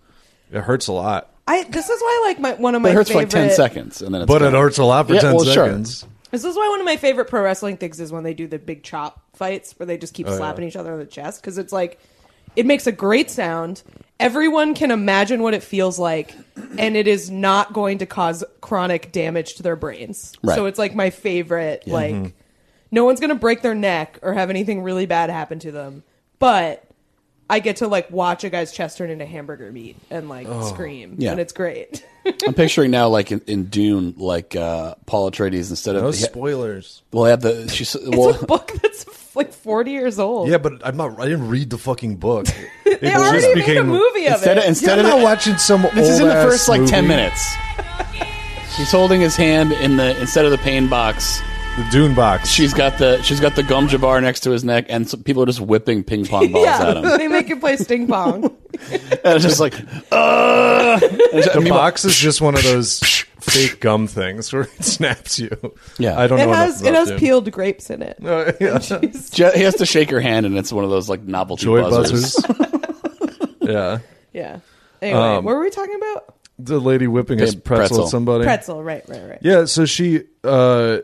It hurts a lot,
I this is why like my one of my
It hurts
favorite,
for like ten seconds, and then it's
but
gone.
it hurts a lot for
Yeah,
ten
well, sure.
seconds.
This is why one of my favorite pro wrestling things is when they do the big chop fights where they just
Oh,
keep slapping each other on the chest because it's like it makes a great sound. Everyone can imagine what it feels like, and it is not going to cause chronic damage to their brains.
Right. Mm-hmm.
So it's like my favorite like No one's gonna break their neck or have anything really bad happen to them. But I get to like watch a guy's chest turn into hamburger meat and like scream,
Oh, Yeah.
and it's great.
I'm picturing now, like in, in Dune, like uh, Paul Atreides instead of
No
he-
spoilers.
well, he had the she's well,
it's a book that's like 40 years old.
Yeah, but I'm not. I didn't read the fucking book. It
they already made a movie of
instead
it.
of,
Yeah,
instead
I'm
of
not
it-
watching some.
This is in the
old-ass
first like ten
movie.
minutes. He's holding his hand in the instead of the pain box.
The Dune box.
She's got the she's got the gum jabar next to his neck, and some people are just whipping ping pong balls at him.
yeah, they make you play sting pong.
And it's just like, uh, and it's-
the
meanwhile-
box is just one of those fake gum things where it snaps you.
Yeah.
I don't
It
know.
has
enough
it
about
has
Dune.
peeled grapes in it.
Uh, yeah.
Je- he has to shake her hand, and it's one of those like novelty
Joy
buzzers.
buzzers. yeah.
Yeah. Anyway,
Um,
what were we talking about?
The lady whipping his
Pin-
pretzel,
pretzel.
at somebody.
Pretzel, right, right, right.
Yeah, so she uh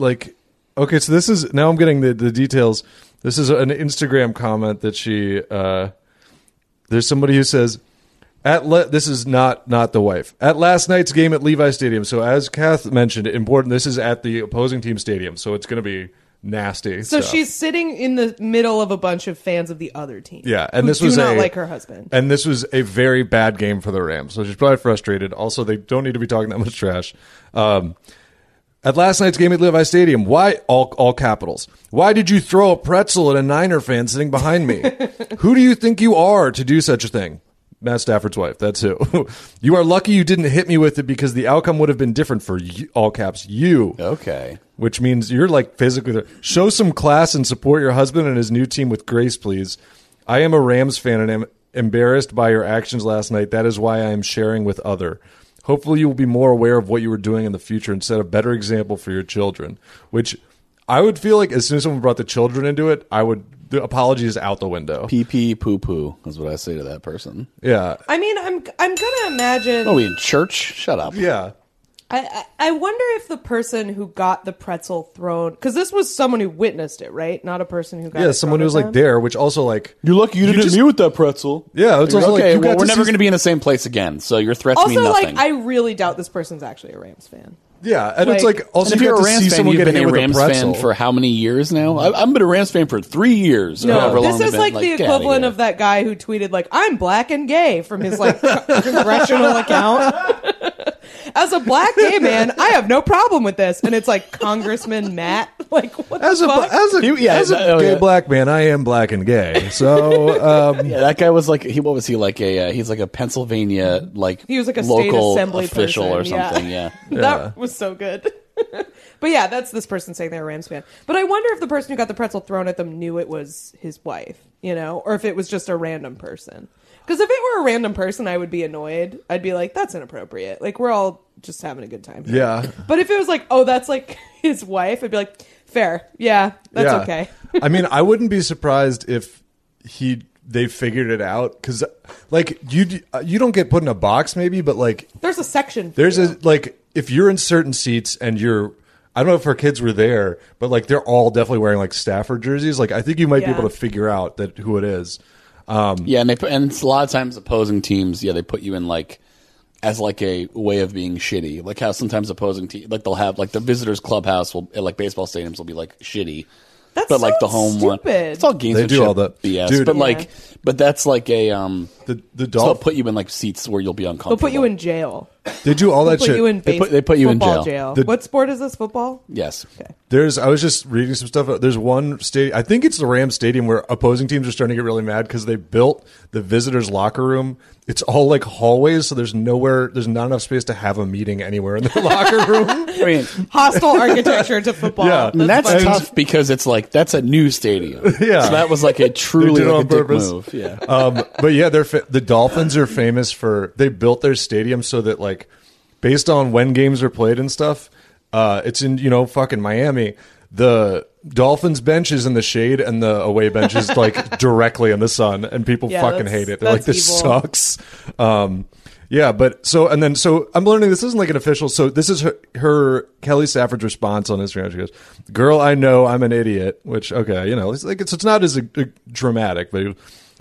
like okay, so this is now I'm getting the, the details. This is an Instagram comment that she uh there's somebody who says at le- this is not not the wife at last night's game at Levi Stadium. So as Kath mentioned, important. This is at the opposing team stadium, so it's going to be nasty.
So
stuff.
she's sitting in the middle of a bunch of fans of the other team.
Yeah, and
who
this was
do not
a-
like her husband.
And this was a very bad game for the Rams. So she's probably frustrated. Also, they don't need to be talking that much trash. Um, at last night's game at Levi Stadium, why all all capitals? Why did you throw a pretzel at a Niner fan sitting behind me? who do you think you are to do such a thing? Matt Stafford's wife. That's who. you are lucky you didn't hit me with it because the outcome would have been different for you, all caps you
Okay.
which means you're like physically there. Show some class and support your husband and his new team with grace, please. I am a Rams fan and am embarrassed by your actions last night. That is why I am sharing with other. Hopefully, you will be more aware of what you were doing in the future and set a better example for your children. Which I would feel like as soon as someone brought the children into it, I would the apology is out the window.
Pee pee poo poo is what I say to that person.
Yeah,
I mean, I'm I'm gonna imagine.
What
Oh,
Are we in church? Shut up.
yeah.
I, I I wonder if the person who got the pretzel thrown because this was someone who witnessed it, right? Not a person who got
Yeah,
it thrown
someone who was
at
like
them.
there, which also like
You're lucky you didn't
just-
hit me with that pretzel.
Yeah, it's
You're
also like,
okay.
you
well,
got
we're
to
never
see-
going to be in the same place again. So your threats mean
Also,
nothing.
like I really doubt this person's actually a Rams fan.
yeah, and it's
Like-
like also
and if
you
you're
got
a
to see
Rams fan,
someone
you've
get
been
hit
a
with
Rams
a pretzel
fan for how many years now? I, I've been a Rams fan for three years. or however
No,
long
this
they've
is
been.
like the
get outta
equivalent
here.
of that guy who tweeted like "I'm black and gay" from his like congressional account. As a black gay man, I have no problem with this, and it's like Congressman Matt. Like what
As
the
a
fuck?
as a,
You- yeah,
as a
that- oh,
gay
yeah.
black man, I am black and gay. So um,
Yeah, that guy was like he. What was he like? A uh, he's like a Pennsylvania like
He was like a state
local
assembly
official or
person, yeah.
something. Yeah.
That was so good. but yeah, that's this person saying they're a Rams fan. But I wonder if the person who got the pretzel thrown at them knew it was his wife, you know, or if it was just a random person. Because if it were a random person, I would be annoyed. I'd be like, that's inappropriate. Like, we're all just having a good time. here.
Yeah.
But if it was like, oh, that's like his wife, I'd be like, fair. Yeah, that's
yeah.
okay.
I mean, I wouldn't be surprised if he they figured it out because like you d- uh, you don't get put in a box maybe, but like
There's a section. for
there's
you.
a like if you're in certain seats and you're. I don't know if her kids were there, but like they're all definitely wearing like Stafford jerseys. Like I think you might
Yeah.
be able to figure out that who it is.
Yeah, and they put, and it's a lot of times opposing teams, yeah, they put you in like as like a way of being shitty, like how sometimes opposing team, like they'll have like the visitors clubhouse will at, like baseball stadiums will be like shitty,
That's
but like the
so
home one,
stupid.
it's all games.
They do all that.
BS,
Dude.
but
Yeah.
like, but that's like a um,
The the
so they'll
Dolph
put you in like seats where you'll be uncomfortable.
They'll put you in jail.
they do all that
Put
shit.
you in
They put-
base-
they put you in
football
jail.
The-
what sport is this? Football?
yes,
There's, I was just reading some stuff. There's one state, I think it's the Rams Stadium, where opposing teams are starting to get really mad because they built the visitors' locker room. It's all like hallways, so there's nowhere, there's not enough space to have a meeting anywhere in the locker room.
I mean.
Hostile architecture to football.
Yeah.
And that's
And-
tough because it's like that's a new stadium.
Yeah.
so that was like a truly
They did it
like
on
a dick
purpose.
move. Yeah,
um, but yeah, they're fa- the Dolphins are famous for they built their stadium so that like based on when games are played and stuff, uh, it's in you know fucking Miami. The Dolphins bench is in the shade and the away bench is like directly in the sun, and people
Yeah,
fucking
that's-
hate it. They're like,
that's
this
evil."
sucks. Um, yeah, but so and then so I'm learning this isn't like an official. So this is her, her Kelly Stafford's response on Instagram. She goes, "Girl, I know I'm an idiot," which okay, you know, it's like it's, it's not as uh, dramatic, but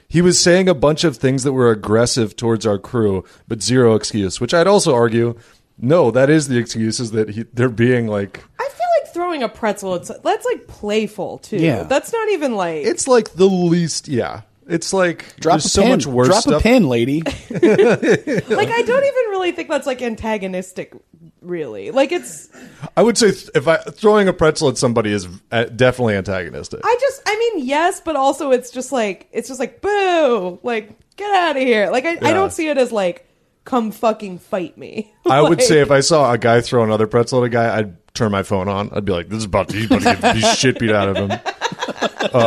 he was saying a bunch of things that were aggressive towards our crew, but zero excuse. Which I'd also argue, no, that is the excuse is that he, they're being like
I feel like throwing a pretzel. It's that's like playful too.
Yeah.
That's not even like
It's like the least. Yeah, it's like
Drop
there's
a
so
pin.
much worse
Drop
stuff.
a pin, lady.
like
uh,
I don't even really think that's like antagonistic really. Like it's
I would say th- if I throwing a pretzel at somebody is uh, definitely antagonistic.
I just I mean yes, but also it's just like it's just like boo, like get out of here. Like I, I
Yeah.
don't see it as like come fucking fight me.
I would
Like,
say if I saw a guy throw another pretzel at a guy, I'd turn my phone on. I'd be like, "This is about to, he's about to get the shit beat out of him."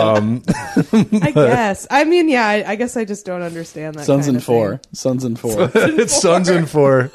I guess. I mean yeah. I, I guess I just don't understand that.
Sons
kind
in
of thing.
four. Sons in four.
it's Suns in four.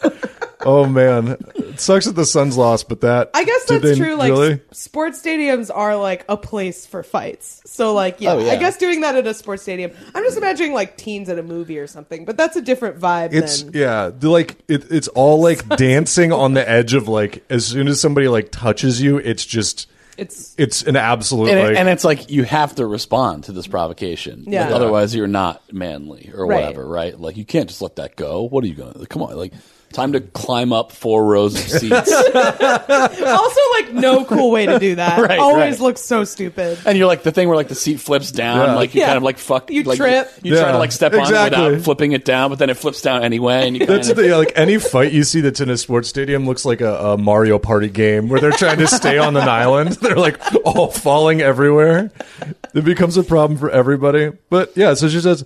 Oh man, it sucks that the Suns lost, but that
I guess
did
that's
they
true. Like
really?
s- sports stadiums are like a place for fights. So like yeah,
Oh, yeah.
I guess doing that at a sports stadium. I'm just imagining like teens at a movie or something, but that's a different vibe
It's
than
yeah, the, like it, it's all like dancing on the edge of like as soon as somebody like touches you, it's just
it's
it's an absolute
and, it-
like
and it's like you have to respond to this provocation. Like,
Yeah.
otherwise, you're not manly or
Right.
whatever, right? Like you can't just let that go. What are you going to? Come on, like time to climb up four rows of seats,
also like no cool way to do that.
Right,
Always
right.
looks so stupid.
and you're like the thing where like the seat flips down,
Yeah.
like you
Yeah.
kind of like fuck,
You
like,
trip.
You, try to
Yeah.
like step on it
Exactly.
without flipping it down, but then it flips down anyway, and you kind
that's
of
the like any fight you see that's in a sports stadium looks like a, a Mario Party game where they're trying to stay on an island. They're like all falling everywhere. It becomes a problem for everybody. But yeah, so she says,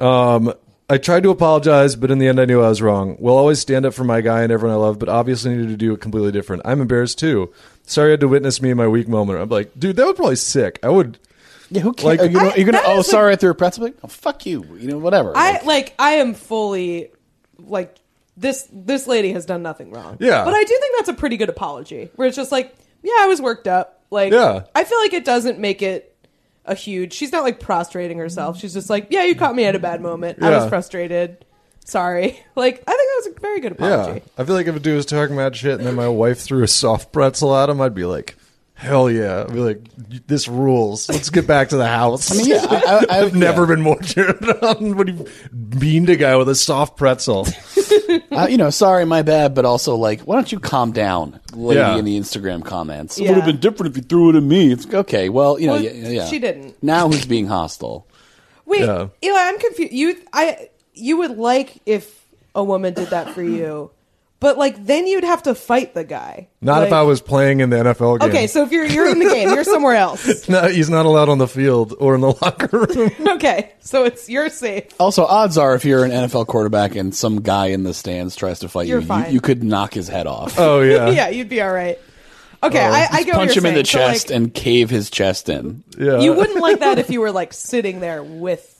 um, I tried to apologize, but in the end, I knew I was wrong. Will always stand up for my guy and everyone I love, but obviously needed to do it completely different. I'm embarrassed too. Sorry, I had to witness me in my weak moment. I'm like, dude, that was probably sick. I would.
yeah, who cares?
Like-
Are you gonna,
I-
are you gonna
that
oh
is, like-
sorry, I threw a pretzel. Like, oh fuck you, you know whatever.
I
Like,
like I am fully like this this lady has done nothing wrong.
Yeah.
But I do think that's a pretty good apology. Where it's just like, yeah, I was worked up. Like
Yeah.
I feel like it doesn't make it a huge she's not like prostrating herself. She's just like, Yeah, you caught me at a bad moment. I was
Yeah.
frustrated. Sorry. Like I think that was a very good
Yeah,
apology.
I feel like if a dude was talking mad shit and then my wife threw a soft pretzel at him, I'd be like, "Hell yeah!" I'd be like, "This rules. Let's get back to the house."
I mean, yeah, I, I, I,
I've never been more turned on when you beamed a guy with a soft pretzel.
uh, you know, sorry, my bad, but also like, why don't you calm down, lady
Yeah.
in the Instagram comments? It
Yeah.
would have been different if you threw it at me. It's like, okay, well, you know,
Well,
yeah, yeah.
she didn't.
Now who's being hostile?
Wait,
Yeah.
Eli, I'm confused. You, I, you would like if a woman did that for you, but like then you'd have to fight the guy.
Not if
Like-
I was playing in the NFL game.
Okay, so if you're you're in the game, you're somewhere else.
No, he's not allowed on the field or in the locker room.
Okay, so it's you're safe.
Also, odds are, if you're an NFL quarterback and some guy in the stands tries to fight
You're
you, you,
fine.
you could knock his head off.
Oh yeah,
yeah, you'd be all right. Okay, I, I
Oh, Just
go.
punch him in the chest and uh, cave his chest in.
yeah.
you wouldn't like that if you were like sitting there with.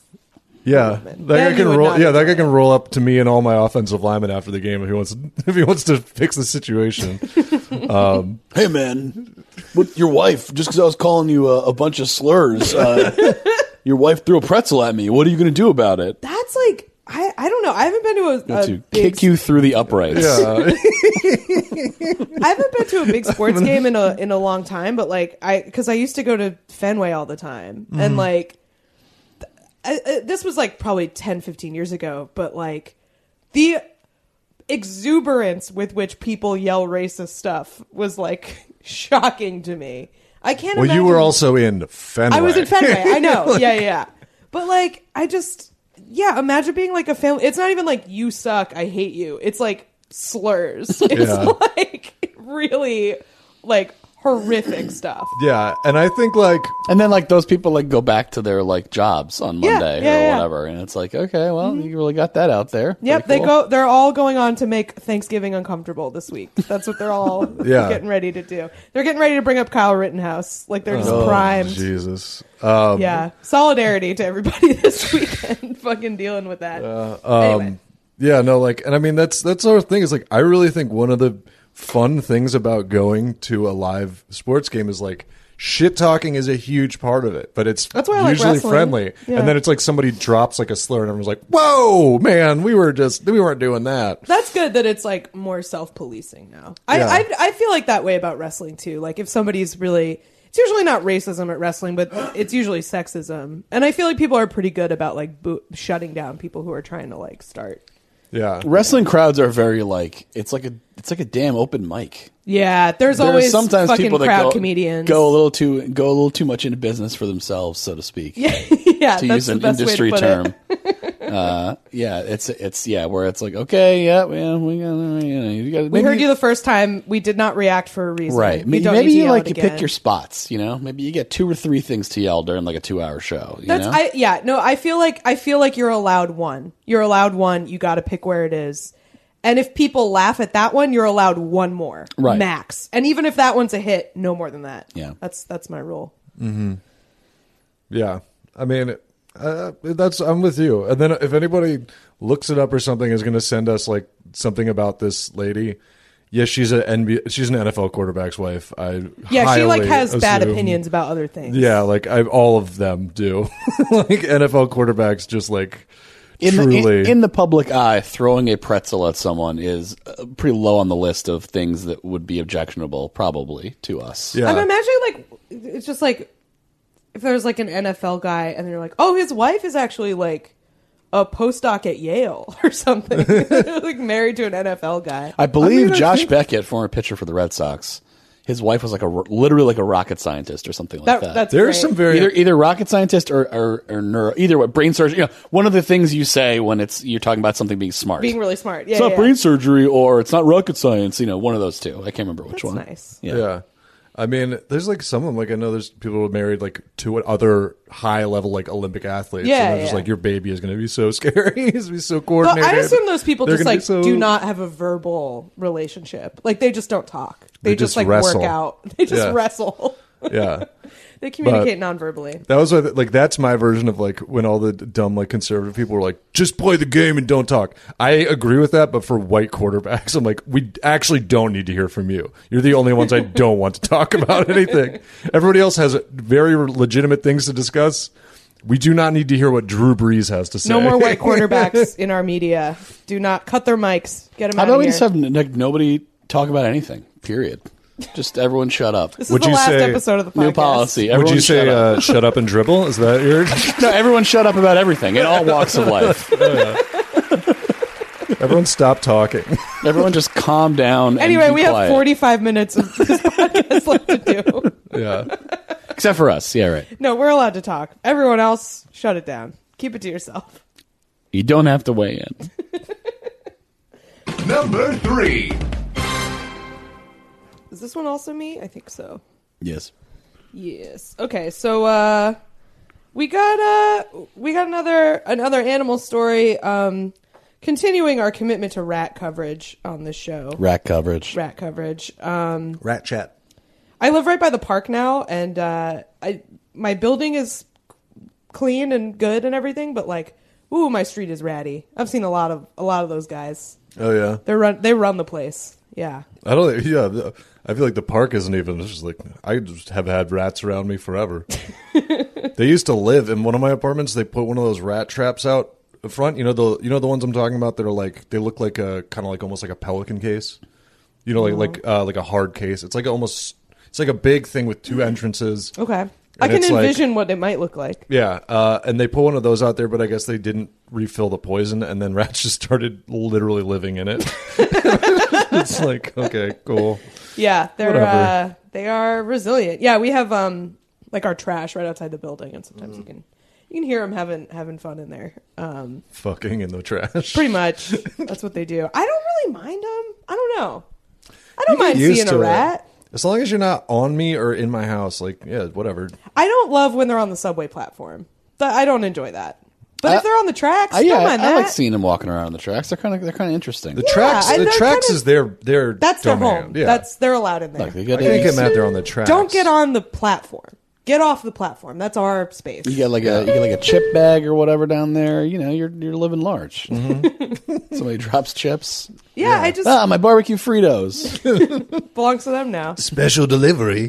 Yeah,
movement.
that
Then
guy
you
can
would
roll.
not
Yeah, that
enjoy
guy can roll up to me and all my offensive linemen after the game if he wants. If he wants to fix the situation.
Hey, man, what, your wife, just because I was calling you a, a bunch of slurs, uh, your wife threw a pretzel at me. What are you going to do about it?
That's like I I don't know. I haven't been to a, a
to
big
kick you through the uprights.
Yeah,
I haven't been to a big sports game in a in a long time, but like I because I used to go to Fenway all the time,
Mm-hmm.
and like th- I, I, this was like probably 10, 15 years ago, but like the exuberance with which people yell racist stuff was like shocking to me. I can't.
Well, you
imagine-
were also in Fenway.
I was in Fenway. I know. yeah, yeah, yeah. But like, I just yeah. Imagine being like a family. It's not even like you suck. I hate you. It's like slurs. It's
Yeah.
like really like horrific stuff.
Yeah, and I think like
And then like those people like go back to their like jobs on
Yeah,
Monday or
yeah, yeah. Mm-hmm.
whatever, and it's like okay, well you really got that out there.
Yep,
Pretty
they
cool.
go. They're all going on to make Thanksgiving uncomfortable this week. That's what they're all
Yeah.
getting ready to do. They're getting ready to bring up Kyle Rittenhouse. Like they're just
oh,
primed.
Jesus. Um,
Yeah, solidarity to everybody this weekend. fucking dealing with that.
Uh, um,
anyway.
yeah, no, like, and I mean that's that's sort of thing. Is like I really think one of the fun things about going to a live sports game is like shit talking is a huge part of it, but it's
That's why I like
usually
wrestling.
friendly.
Yeah.
And then it's like somebody drops like a slur, and everyone's like, "Whoa, man, we were just we weren't doing that."
That's good that it's like more self policing now. I,
Yeah.
I I feel like that way about wrestling too. Like if somebody's really, it's usually not racism at wrestling, but it's usually sexism. And I feel like people are pretty good about like bo- shutting down people who are trying to like start
Yeah.
Wrestling crowds are very like it's like a it's like a damn open mic.
Yeah, there's
There are
always
sometimes
fucking
people that
crowd
go,
comedians.
go a little too go a little too much into business for themselves, so to speak.
yeah, yeah,
to
that's
use
the
an
best
industry
way to put
term.
It.
uh, yeah, it's it's yeah, where it's like okay, yeah, yeah, we got you know, you got
We heard you the first time. We did not react for a reason.
right.
We
Maybe,
don't
maybe
need to
you
yell
like
it
you
again.
pick your spots. You know, maybe you get two or three things to yell during like a two-hour show. You
That's
know?
I yeah no I feel like I feel like you're allowed one. You're allowed one. You got to pick where it is. And if people laugh at that one, you're allowed one more
Right.
max. And even if that one's a hit, no more than that.
Yeah.
that's that's my rule.
Yeah, I mean, uh, that's I'm with you. And then if anybody looks it up or something, is going to send us like something about this lady. Yes, she's a NBA, she's an NFL quarterback's wife. I
Yeah, she like
highly
has bad
assume-
opinions about other things.
Yeah, like I all of them do. like NFL quarterbacks, just like
in,
truly.
The, in, in the public eye, throwing a pretzel at someone is uh, pretty low on the list of things that would be objectionable, probably to us.
yeah,
I'm imagining like it's just like if there's like an NFL guy and they're like, oh, his wife is actually like a postdoc at Yale or something, like married to an NFL guy.
I believe
I mean, I
Josh
think-
Beckett, former pitcher for the Red Sox, his wife was like a ro- literally like a rocket scientist or something like
That,
that.
that's
there's
great.
some very
either either rocket scientist or or, or neuro either what brain surgery. You know, one of the things you say when it's you're talking about something being smart,
being really smart. Yeah,
it's not
yeah, yeah.
brain surgery or it's not rocket science. You know, one of those two. I can't remember which
That's
one.
nice.
Yeah.
yeah. I mean, there's like some of them, like I know there's people who are married like to other high level like Olympic athletes.
Yeah,
and they're just
yeah.
like your baby is going to be so scary. He's going to be so
But
coordinated.
I assume those people
They're
just
gonna be
like
so-
do not have a verbal relationship. Like they just don't talk. They,
They
just,
just
like
wrestle.
work out. They just
Yeah.
wrestle.
Yeah.
they communicate non-verbally.
That was what, like that's my version of like when all the dumb like conservative people were like, just play the game and don't talk. I agree with that, but for white quarterbacks, I'm like, we actually don't need to hear from you. You're the only ones I don't want to talk about anything. Everybody else has uh, very legitimate things to discuss. We do not need to hear what Drew Brees has to say.
No more white quarterbacks in our media. Do not cut their mics. Get them
How
out
about
of
we
here.
just have n- like nobody talk about anything? Period. Just everyone shut up.
this
Would
is the
you
last
say-
episode of the podcast.
New policy.
Would
Everyone
you say
shut up.
uh, shut up and dribble? Is that your?
no? Everyone shut up about everything in all walks of life.
Everyone stop talking.
everyone just calm down. and
Anyway,
be
we have
quiet.
45 minutes of this podcast left to do.
yeah.
except for us. Yeah, right.
No, we're allowed to talk. Everyone else, shut it down. Keep it to yourself.
You don't have to weigh in.
Number three.
Is this one also me? I think so.
Yes.
Yes. Okay, so uh we got uh we got another another animal story um continuing our commitment to rat coverage on this show.
Rack coverage.
Rat coverage. Um
Rat chat.
I live right by the park now and uh I my building is clean and good and everything, but like ooh, my street is ratty. I've seen a lot of a lot of those guys.
Oh yeah.
They run they run the place. Yeah.
I don't. Yeah, the- I feel like the park isn't even. It's just like I just have had rats around me forever. they used to live in one of my apartments. They put one of those rat traps out front. You know the you know the ones I'm talking about. They're like they look like a kind of like almost like a pelican case. You know, like like uh, like a hard case. It's like almost it's like a big thing with two entrances.
Okay. I
And
can
it's like-
envision what it might look like.
Yeah, uh, and they put one of those out there, but I guess they didn't refill the poison, and then rats just started literally living in it. it's like okay, cool.
Yeah, they're
Whatever.
uh, they are resilient. Yeah, we have um like our trash right outside the building, and sometimes you can you can hear them having having fun in there. Um,
Fucking in the trash.
pretty much that's what they do. I don't really mind them. I don't know. I don't
get
mind
used
seeing
to
a
it.
rat.
As long as you're not on me or in my house, like yeah, whatever.
I don't love when they're on the subway platform. Th- I don't enjoy that. But
I-
if they're on the tracks,
I, yeah,
don't
I,
mind
I
that.
like seeing them walking around on the tracks. They're kind of they're kind of interesting.
The tracks,
I-
the
they're
tracks
kinda-
is their their
that's their
domain.
home.
Yeah,
That's they're allowed in there.
Look, they got
I think
a-
I'm out there on the tracks.
don't get on the platform. Get off the platform. That's our space.
You get like a you get like a chip bag or whatever down there. You know, you're you're living large.
Mm-hmm.
Somebody drops chips.
yeah, I just
Ah, my barbecue Fritos.
belongs to them now.
special delivery.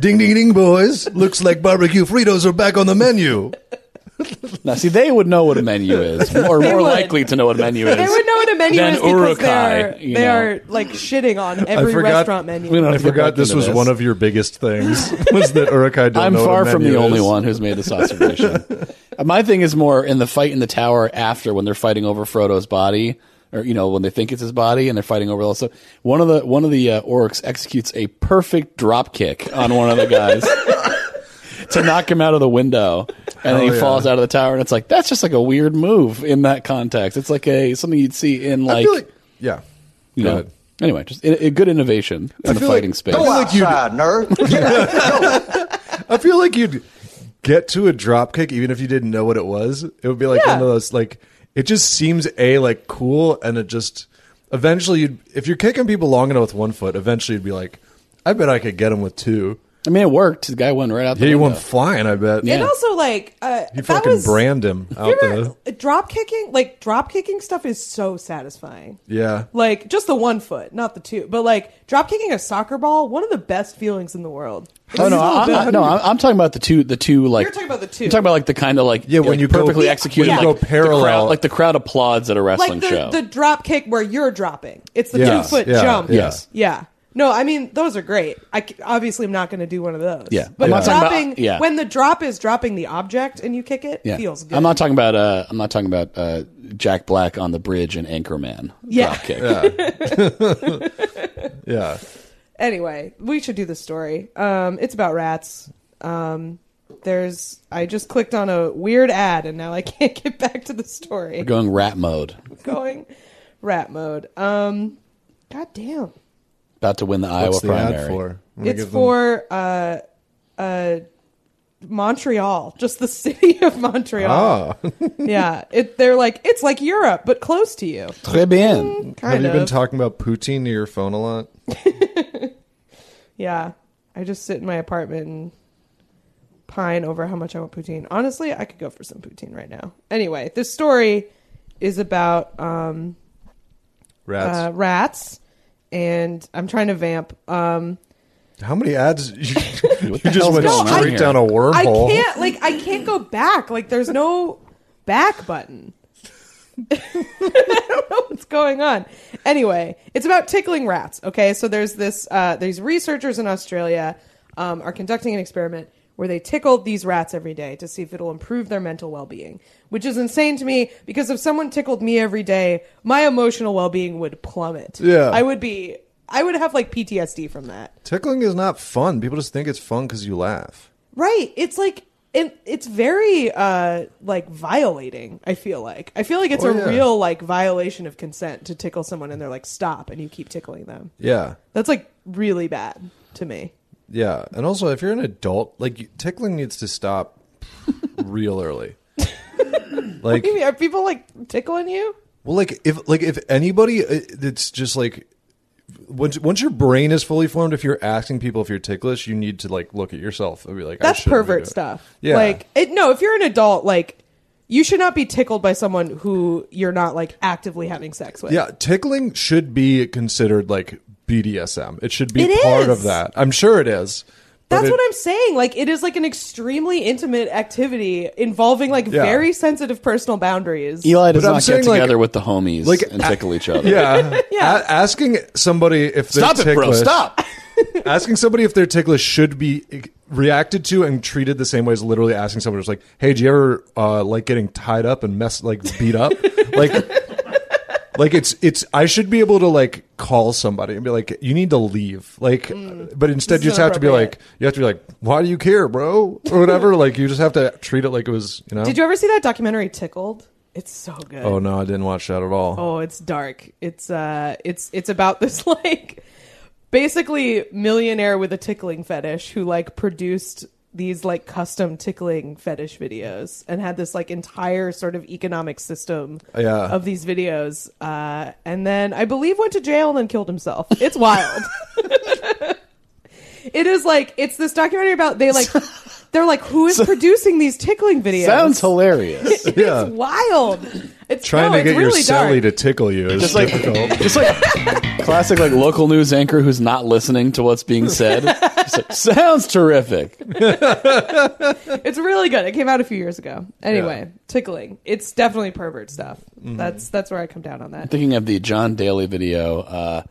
ding ding ding, boys! Looks like barbecue Fritos are back on the menu.
Now, see, they would know what a menu is, or more
would.
likely to know what a menu is.
They would know what a menu
Then
is because they
Urukai,
are,
you
they
know.
are like shitting on every
forgot-
restaurant menu.
We don't
I
have to get back
forgot this
into
was one of your biggest things. Was that Urukai? Don't
I'm
know what
far
a
from the
menu
only
is.
one who's made this observation. Uh, My thing is more in the fight in the tower after when they're fighting over Frodo's body, or you know when they think it's his body and they're fighting over all this stuff. One of the one of the uh, orcs executes a perfect drop kick on one of the guys to knock him out of the window, and then he
Hell yeah.
falls out of the tower. And it's like that's just like a weird move in that context. It's like a something you'd see in
I
like,
feel like yeah.
you
Go
know.
ahead.
Anyway, just a, a good innovation in the
feel like-
fighting space.
I feel like you'd-
nerd.
I feel like you'd get to a drop kick even if you didn't know what it was. It would be like
Yeah.
one of those like it just seems a like cool and it just eventually you'd if you're kicking people long enough with one foot, eventually you'd be like, I bet I could get him with two.
I mean, it worked. The guy went right out. The
Yeah, you
window.
went flying, I bet.
Yeah.
And also, like, uh,
He
that
fucking
was,
brand him
You
out
remember,
the
drop kicking, like drop kicking stuff is so satisfying.
Yeah.
Like just the one foot, not the two, but like drop kicking a soccer ball, one of the best feelings in the world. It's
Oh no,
so
I'm,
good.
I, no, I'm, I'm talking about the two, the two like.
You're talking about the two.
I'm talking about like the kind of like
Yeah, when
like,
you go-
perfectly
Yeah.
executed,
when you
like
go parallel.
the crowd, like the crowd applauds at a wrestling
like
show.
the, the drop kick where you're dropping. It's the
Yes,
two foot
yeah,
jump.
yes.
Yeah. No, I mean those are great. I c- obviously I'm not going to do one of those.
Yeah. I'm
But
not talking about-
dropping
yeah.
when the drop is dropping the object and you kick it
yeah.
feels good.
I'm not talking about. Uh, I'm not talking about uh, Jack Black on the bridge and Anchorman.
Yeah.
Dropkick.
Yeah.
anyway, we should do the story. Um, it's about rats. Um, there's I just clicked on a weird ad and now I can't get back to the story.
Going rat mode,
Going rat mode. Um, God damn.
about to win the Iowa
What's the
primary.
ad for? I'm gonna
It's
give them-
for uh, uh, Montreal, just the city of Montreal.
Ah.
Yeah, it, they're like it's like Europe, but close to you.
Très bien.
Kind
Have you
of.
been talking about poutine to your phone a lot?
yeah, I just sit in my apartment and pine over how much I want poutine. Honestly, I could go for some poutine right now. Anyway, this story is about um,
Rats.
uh, rats, and I'm trying to vamp. Um,
How many ads? You, you
the
just
hell's
went
going on
straight
here?
down a wormhole.
I can't like I can't go back. Like there's no back button. I don't know what's going on. Anyway, it's about tickling rats. Okay, so there's this uh, these researchers in Australia um, are conducting an experiment where they tickle these rats every day to see if it'll improve their mental well-being, which is insane to me because if someone tickled me every day, my emotional well-being would plummet.
Yeah.
I would be. I would have like PTSD from that.
Tickling is not fun. People just think it's fun because you laugh.
Right. It's like it, it's very uh like violating, I feel like. I feel like it's
Oh,
a
yeah.
real like violation of consent to tickle someone and they're like stop and you keep tickling them.
Yeah.
That's like really bad to me.
Yeah. And also, if you're an adult, like you- tickling needs to stop real early. Like,
I mean, are people like tickling you?
well, like if like if anybody, uh, it's just like once once your brain is fully formed. If you're asking people if you're ticklish, you need to like look at yourself and be like, I
That's
shouldn't be doing
pervert
it.
stuff.
Yeah.
Like it, no, if you're an adult like you should not be tickled by someone who you're not like actively having sex with.
Yeah, tickling should be considered like BDSM. It should be
It
part
is.
of that. I'm sure it is. but
That's
it-
what I'm saying. Like it is like an extremely intimate activity involving like
Yeah.
very sensitive personal boundaries.
Eli does
But I'm
not
saying,
get
like-
together with the homies
like,
and tickle each other.
Yeah.
Yeah.
A- asking somebody if they're
Stop it, bro.
ticklish-
Stop.
asking somebody if they're ticklish should be eh, reacted to and treated the same way as literally asking someone who's like, "Hey, do you ever uh, like getting tied up and mess like beat up?" like, like it's it's I should be able to like call somebody and be like, "You need to leave." Like, but instead
Mm. This
you
is
just have to be
inappropriate.
like, you have to be like, "Why do you care, bro?" or whatever. like, you just have to treat it like it was, you know.
Did you ever see that documentary Tickled? It's so good.
Oh no, I didn't watch that at all.
Oh, it's dark. It's uh it's it's about this like basically millionaire with a tickling fetish who like produced these like custom tickling fetish videos and had this like entire sort of economic system
Yeah.
of these videos uh and then I believe went to jail and then killed himself. It's wild. it is like it's this documentary about they like They're like, who is producing these tickling videos?
Sounds hilarious.
Yeah.
It's wild. It's no,
Trying to
it's
get your
really dark.
celly to tickle you is
just like
difficult.
just like classic like local news anchor who's not listening to what's being said. Just like, Sounds terrific.
It's really good. It came out a few years ago. Anyway, tickling. It's definitely pervert stuff.
Mm-hmm.
That's that's where I come down on that.
Thinking of the John Daly video, uh,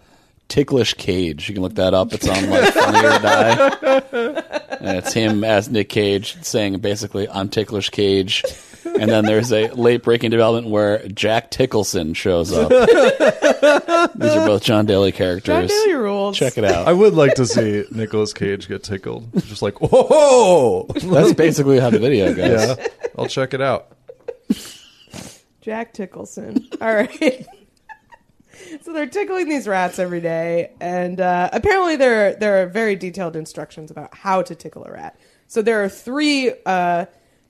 Ticklish Cage. You can look that up. It's on like Funny or Die. And it's him as Nick Cage saying basically, I'm Ticklish Cage. And then there's a late breaking development where Jack Tickleson shows up. These are both John Daly
John
characters.
Daly rules.
Check it out.
I would like to see Nicolas Cage get tickled. Just like, whoa!
That's basically how the video goes.
yeah, I'll check it out.
Jack Tickleson. All right. so they're tickling these rats every day, and uh, apparently there there are very detailed instructions about how to tickle a rat. So there are three uh,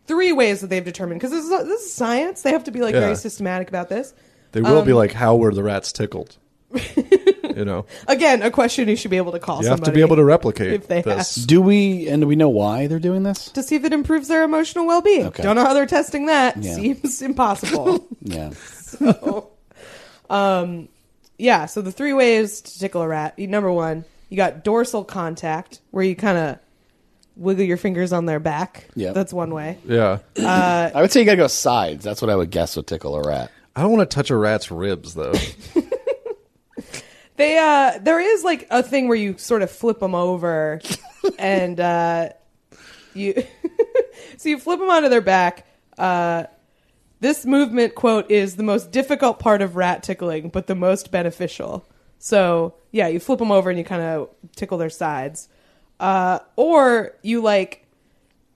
three ways that they've determined because this is this is science. They have to be like
Yeah.
very systematic about this.
They will
Um,
be like, how were the rats tickled? you know,
Again, a question you should be able to call.
you have to
somebody
be able to replicate
if they
this.
Do we and do we know why they're doing this?
to see if it improves their emotional well being.
Okay.
Don't know how they're testing that.
Yeah.
Seems impossible.
Yeah.
yeah, so the three ways to tickle a rat. You- Number one, you got dorsal contact, where you kind of wiggle your fingers on their back.
Yeah.
That's one way.
Yeah.
I would say you gotta go sides. That's what I would guess would tickle a rat.
I don't want to touch a rat's ribs, though.
They uh there is like a thing where you sort of flip them over and uh you so you flip them onto their back. Uh this movement quote is the most difficult part of rat tickling, but the most beneficial. So, yeah, you flip them over and you kind of tickle their sides. Uh or you like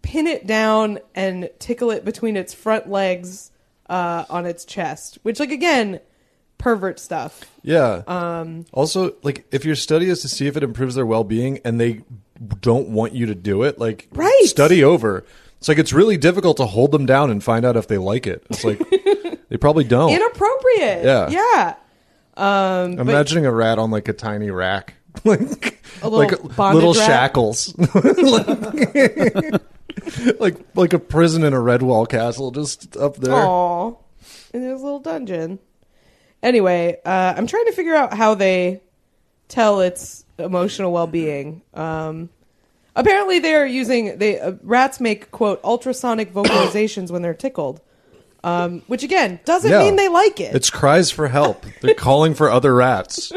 pin it down and tickle it between its front legs uh on its chest, which like again, pervert stuff.
Yeah. Um, also, like, if your study is to see if it improves their well being and they don't want you to do it, like,
Right.
study over. It's like it's really difficult to hold them down and find out if they like it. It's like they probably don't.
inappropriate.
Oh. Yeah.
Yeah.
I'm imagining a rat on like a tiny rack, like
A little
like
bondage
little
rat?
shackles, like like a prison in a red wall castle, just up there.
Aw. In his little dungeon. Anyway, uh, I'm trying to figure out how they tell its emotional well being. Um, apparently, they're using they uh, rats make quote ultrasonic vocalizations when they're tickled, um, which again doesn't
Yeah.
mean they like it.
It's cries for help. They're calling for other rats.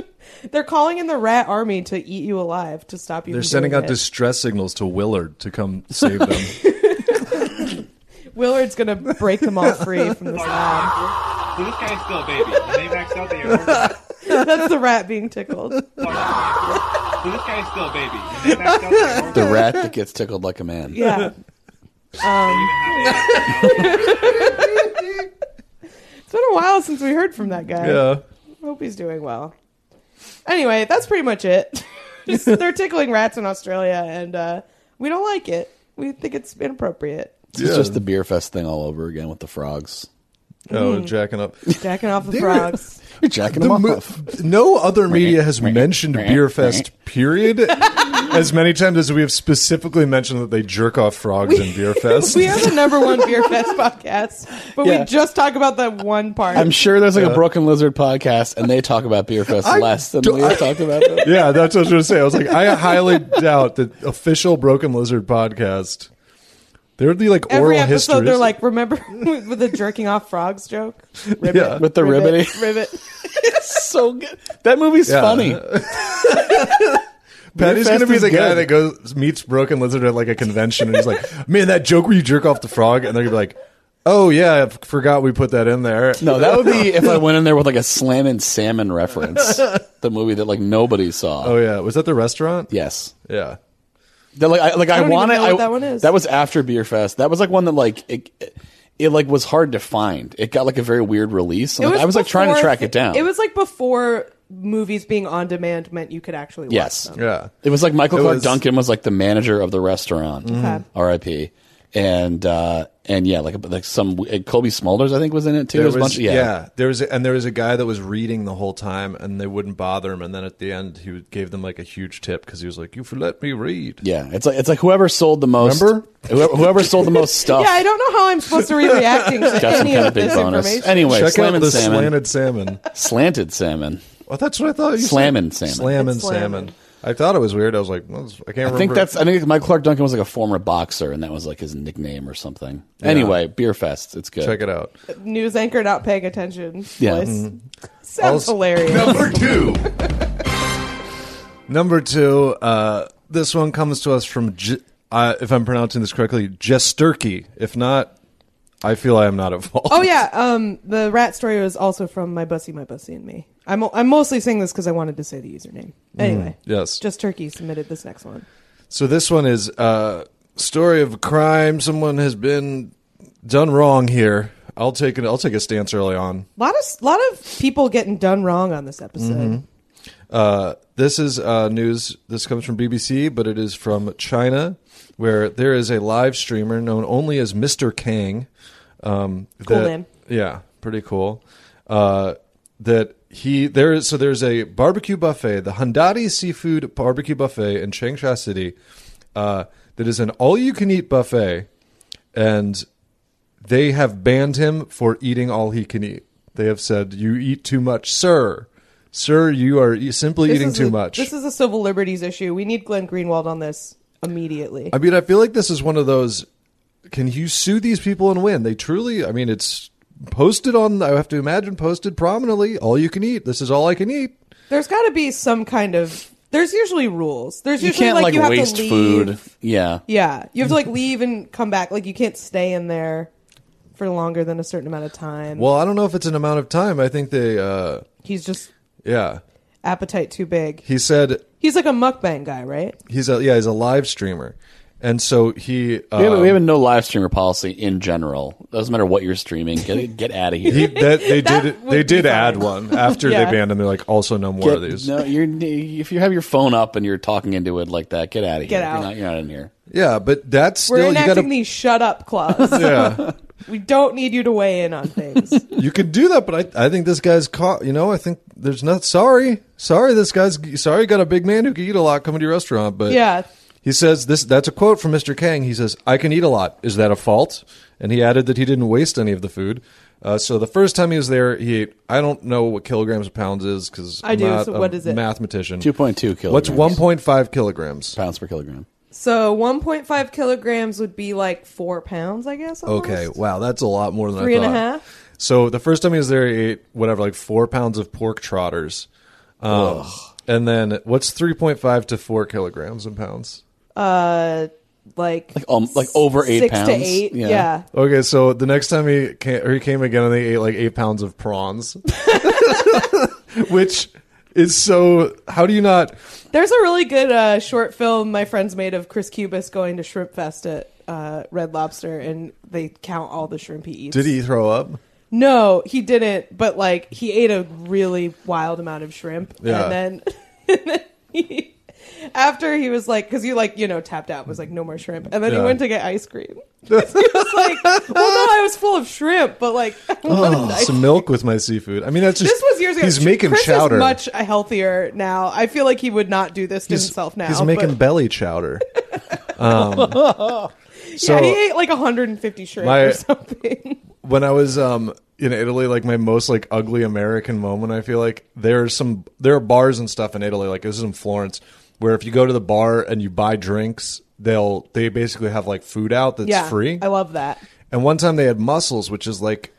they're calling in the rat army to eat you alive to stop you.
They're
from
sending
doing
out
it.
distress signals to Willard to come save them.
Willard's gonna break them all free from this lab.
So this guy's still a baby. And they maxed out the aerobics.
That's the rat being tickled.
So this guy's still a baby. And they maxed out the aerobics.
The rat that gets tickled like a man.
Yeah. Um, It's been a while since we heard from that guy.
yeah.
Hope he's doing well. Anyway, that's pretty much it. Just- They're tickling rats in Australia, and uh, we don't like it. We think it's inappropriate.
It's
Yeah.
just the beer fest thing all over again with the frogs.
Mm-hmm.
Oh, jacking up.
Jacking off the frogs.
You're jacking
The
them
mo-
off.
no other media has mentioned Beer Fest, period, as many times as we have specifically mentioned that they jerk off frogs in Beer Fest.
We are the number one beer fest podcast, but
Yeah.
we just talk about that one part.
I'm sure there's like a Broken Lizard podcast, and they talk about beer fest
I
less than
don't-
we have talked about them.
yeah, that's what I was going to say. I was like, I highly doubt that official Broken Lizard podcast. There would be like
Every
oral
episode,
histories.
they're like, "Remember with the jerking off frogs joke?" Ribbit,
Yeah.
With the ribbity.
ribbit.
It's so good. That movie's
Yeah.
funny.
Patty's
Beer
going to be
Fest
the
is
guy
good.
that goes meets Broken Lizard at like a convention, and he's like, "Man, that joke where you jerk off the frog," and they're gonna be like, "Oh yeah, I f- forgot we put that in there."
No, that would be if I went in there with like a slam and salmon reference. The movie that like nobody saw.
Oh yeah, was that the restaurant?
Yes.
Yeah.
That like I like I,
don't even
wanted
know what
I-
that one is.
That was after Beer Fest. That was like one that like it, it, like was hard to find. It got like a very weird release. And, like, I was like trying to
before
track
thi-
it down.
It was like before movies being on demand meant you could actually watch
yes.
them.
Yeah.
It was like Michael
It
Clark
was-
Duncan was like the manager of the restaurant.
Mm-hmm. Okay.
R.I.P. and uh, and yeah, like like some Kobe Smulders I think was in it too.
There
There's a
was,
bunch of-
yeah. there was, and there was a guy that was reading the whole time, and they wouldn't bother him. And then at the end, he would- gave them like a huge tip because he was like, "You let me read."
Yeah, it's like it's like whoever sold the most.
Remember?
Whoever, whoever sold the most stuff
Yeah, I don't know how I'm supposed to be reacting to
got some
any
kind
of
of big
this
bonus.
information.
Anyway,
Check out
slamming
the
salmon,
slanted salmon.
slanted salmon.
Well, that's what I thought. You said.
Slammin' salmon.
Slammin'
It's
salmon.
slammin'.
I thought it was weird. I was like, well, it's- I can't.
I think
remember.
that's. I think Mike Clark Duncan was like a former boxer, and that was like his nickname or something. Anyway, beer fest. It's good.
Check it out.
News anchor not paying attention.
Yeah. Mm-hmm.
Voice. Sounds
Also-
hilarious.
Number two.
Number two. Uh, this one comes to us from, J- uh, if I'm pronouncing this correctly, Jesterky. If not, I feel I am not at fault.
Oh yeah, um, the rat story was also from my bussy, my bussy, and me. I'm I'm mostly saying this because I wanted to say the username.
Mm-hmm.
Anyway,
Yes.
just Turkey submitted this next one.
So this one is uh, story of a crime. Someone has been done wrong here. I'll take it. I'll take a stance early on.
A lot of lot of people getting done wrong on this episode.
Mm-hmm.
Uh, this is uh, news. This comes from BBC, but it is from China, where there is a live streamer known only as Mr. Kang. Um,
Cool
that-
name.
Yeah, pretty cool. Uh, that he there is so there's a barbecue buffet, the Handari Seafood Barbecue Buffet in Changsha City, uh, that is an all-you-can-eat buffet, and they have banned him for eating all he can eat. They have said, "You eat too much, sir. Sir, you are e- simply
This
eating
is
too
a-
much."
This is a civil liberties issue. We need Glenn Greenwald on this immediately.
I mean, I feel like this is one of those. Can you sue these people and win? They truly. I mean, it's posted on. I have to imagine posted prominently. All you can eat. This is all I can eat.
There's got to be some kind of. There's usually rules. There's
You
usually
can't like,
you have
waste
to
food.
leave.
Yeah.
Yeah, you have to like leave and come back. Like you can't stay in there for longer than a certain amount of time.
Well, I don't know if it's an amount of time. I think they. uh
He's just
Yeah,
appetite too big.
he said
He's like a mukbang guy, right?
he's a yeah he's a live streamer, and so he. Uh,
We have, a, we have a no live streamer policy in general. Doesn't matter what you're streaming. Get, get out of here.
he, that they
That
did
would
they
be
did
fine.
add one after
Yeah.
they banned him. They're like also no more
Get-
of these.
No, you're. If you have your phone up and you're talking into it like that, get out of here.
Get
You're
out.
not, you're not in here.
Yeah, but that's
We're
still you
enacting
gotta
these shut up clause.
yeah.
we don't need you to weigh in on things.
you could do that, but I, I think this guy's caught. You know, I think there's not sorry, sorry. This guy's sorry. you Got a big man who can eat a lot coming to your restaurant, but
Yeah.
he says this. That's a quote from Mr. Kang. He says, "I can eat a lot. Is that a fault?" And he added that he didn't waste any of the food. Uh, so the first time he was there, he ate. I don't know what kilograms of pounds is because
I do, so what is it?
Mathematician.
2.2 kilograms.
What's one point five kilograms?
pounds per kilogram?
So 1.5 kilograms would be like four pounds, I guess. Almost.
Okay, wow, that's a lot more than
Three and
I thought.
a half?
So the first time he was there, he ate whatever, like four pounds of pork trotters. Um, and then what's three point five to four kilograms in pounds?
Uh, like like,
um, like over eight
six
pounds.
to eight. Yeah.
Okay, so the next time he came, or he came again, and they ate like eight pounds of prawns, which is so. How do you not?
There's a really good uh, short film my friends made of Chris Cubis going to Shrimp Fest at uh, Red Lobster, and they count all the shrimp he eats.
Did he throw up?
No, he didn't. But like, he ate a really wild amount of shrimp,
Yeah.
and then, and then he, after he was like, because he like you know tapped out was like no more shrimp, and then
Yeah.
he went to get ice cream. he was like, well, no, I was full of shrimp, but like, I wanted ice
Some milk with my seafood. I mean, that's just
this was years ago.
Oh, He's making
Chris
chowder.
Is much healthier now. I feel like he would not do this to
he's,
himself now.
he's making
but,
belly chowder. Um, so
yeah, he ate like 150 shrimp
My-
or something.
when I was um in Italy, like my most like ugly American moment, I feel like there's some there are bars and stuff in Italy, like this is in Florence, where if you go to the bar and you buy drinks, they'll they basically have like food out that's
yeah,
free.
I love that.
and one time they had mussels, which is like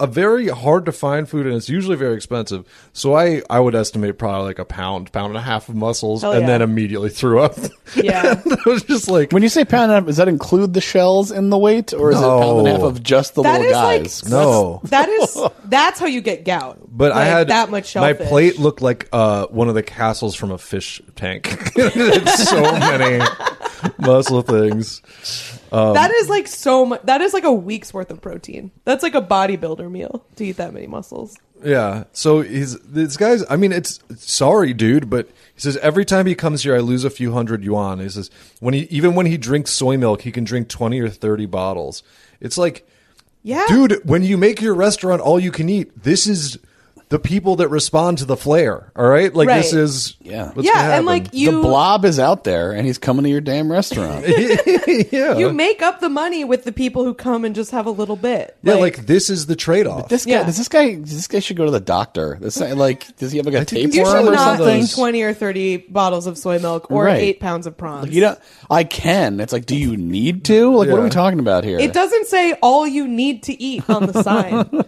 a very hard to find food and it's usually very expensive. So I I would estimate probably like a pound, pound and a half of mussels,
Hell
and
yeah.
then immediately threw up.
Yeah.
And I was just like
When you say pound and a half, does that include the shells in the weight, or is it pound and a half
No.
of just the
That
little
is
guys?
like
No.
That is that's how you get gout.
But I
Like,
had
that much
My
shellfish.
plate looked like uh, one of the castles from a fish tank. It's so many muscle things.
that is like so much. That is like a week's worth of protein. That's like a bodybuilder meal to eat that many mussels.
Yeah. So he's this guy's. I mean, it's sorry, dude, but he says every time he comes here, I lose a few hundred yuan. He says when he even when he drinks soy milk, he can drink twenty or thirty bottles. It's like,
Yeah.
dude, when you make your restaurant all you can eat, this is the people that respond to the flair. All right, like this
Right.
is
Yeah.
what's
yeah,
gonna
and like
happen.
you,
the blob is out there, and he's coming to your damn restaurant.
yeah,
you make up the money with the people who come and just have a little bit.
yeah, like this is the trade off.
This guy,
Yeah.
does this guy, does this guy should go to the doctor. This guy, like, does he have like a
think
you
these are
tapeworm
should
or
not
something?
drink twenty or thirty bottles of soy milk or
Right.
eight pounds of prawns.
Like, you know, I can. It's like, do you need to? Like, what are we
Yeah.
talking about here?
it doesn't say all you need to eat on the sign.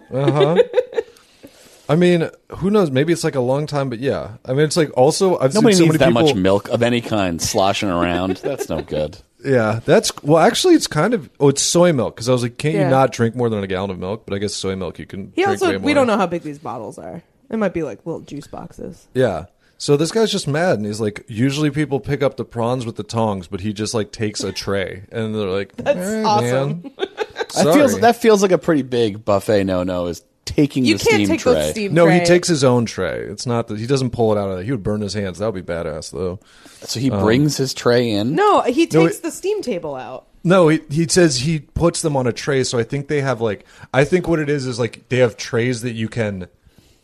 I mean, who knows? Maybe it's like a long time, but yeah. I mean, it's like also I've
Nobody
seen so
needs that
many
much
people.
milk of any kind sloshing around. That's no good.
Yeah, that's well. Actually, it's kind of oh, it's soy milk because I was like, can't
Yeah.
you not drink more than a gallon of milk? But I guess soy milk you can.
He
drink way
also, we
more.
don't know how big these bottles are. It might be like little juice boxes.
Yeah. So this guy's just mad, and he's like, usually people pick up the prawns with the tongs, but he just like takes a tray, and they're like, that's
awesome.
Man.
That feels
Sorry.
that feels like a pretty big buffet. No, no, is taking
You
the
can't
steam
take
tray.
those steam.
No, he
tray.
takes his own tray. It's not that he doesn't pull it out of there. He would burn his hands. That would be badass, though.
So he brings his tray in.
No, he takes
Um, No, it-
the steam table out.
No, he, he says he puts them on a tray. So I think they have like I think what it is is like they have trays that you can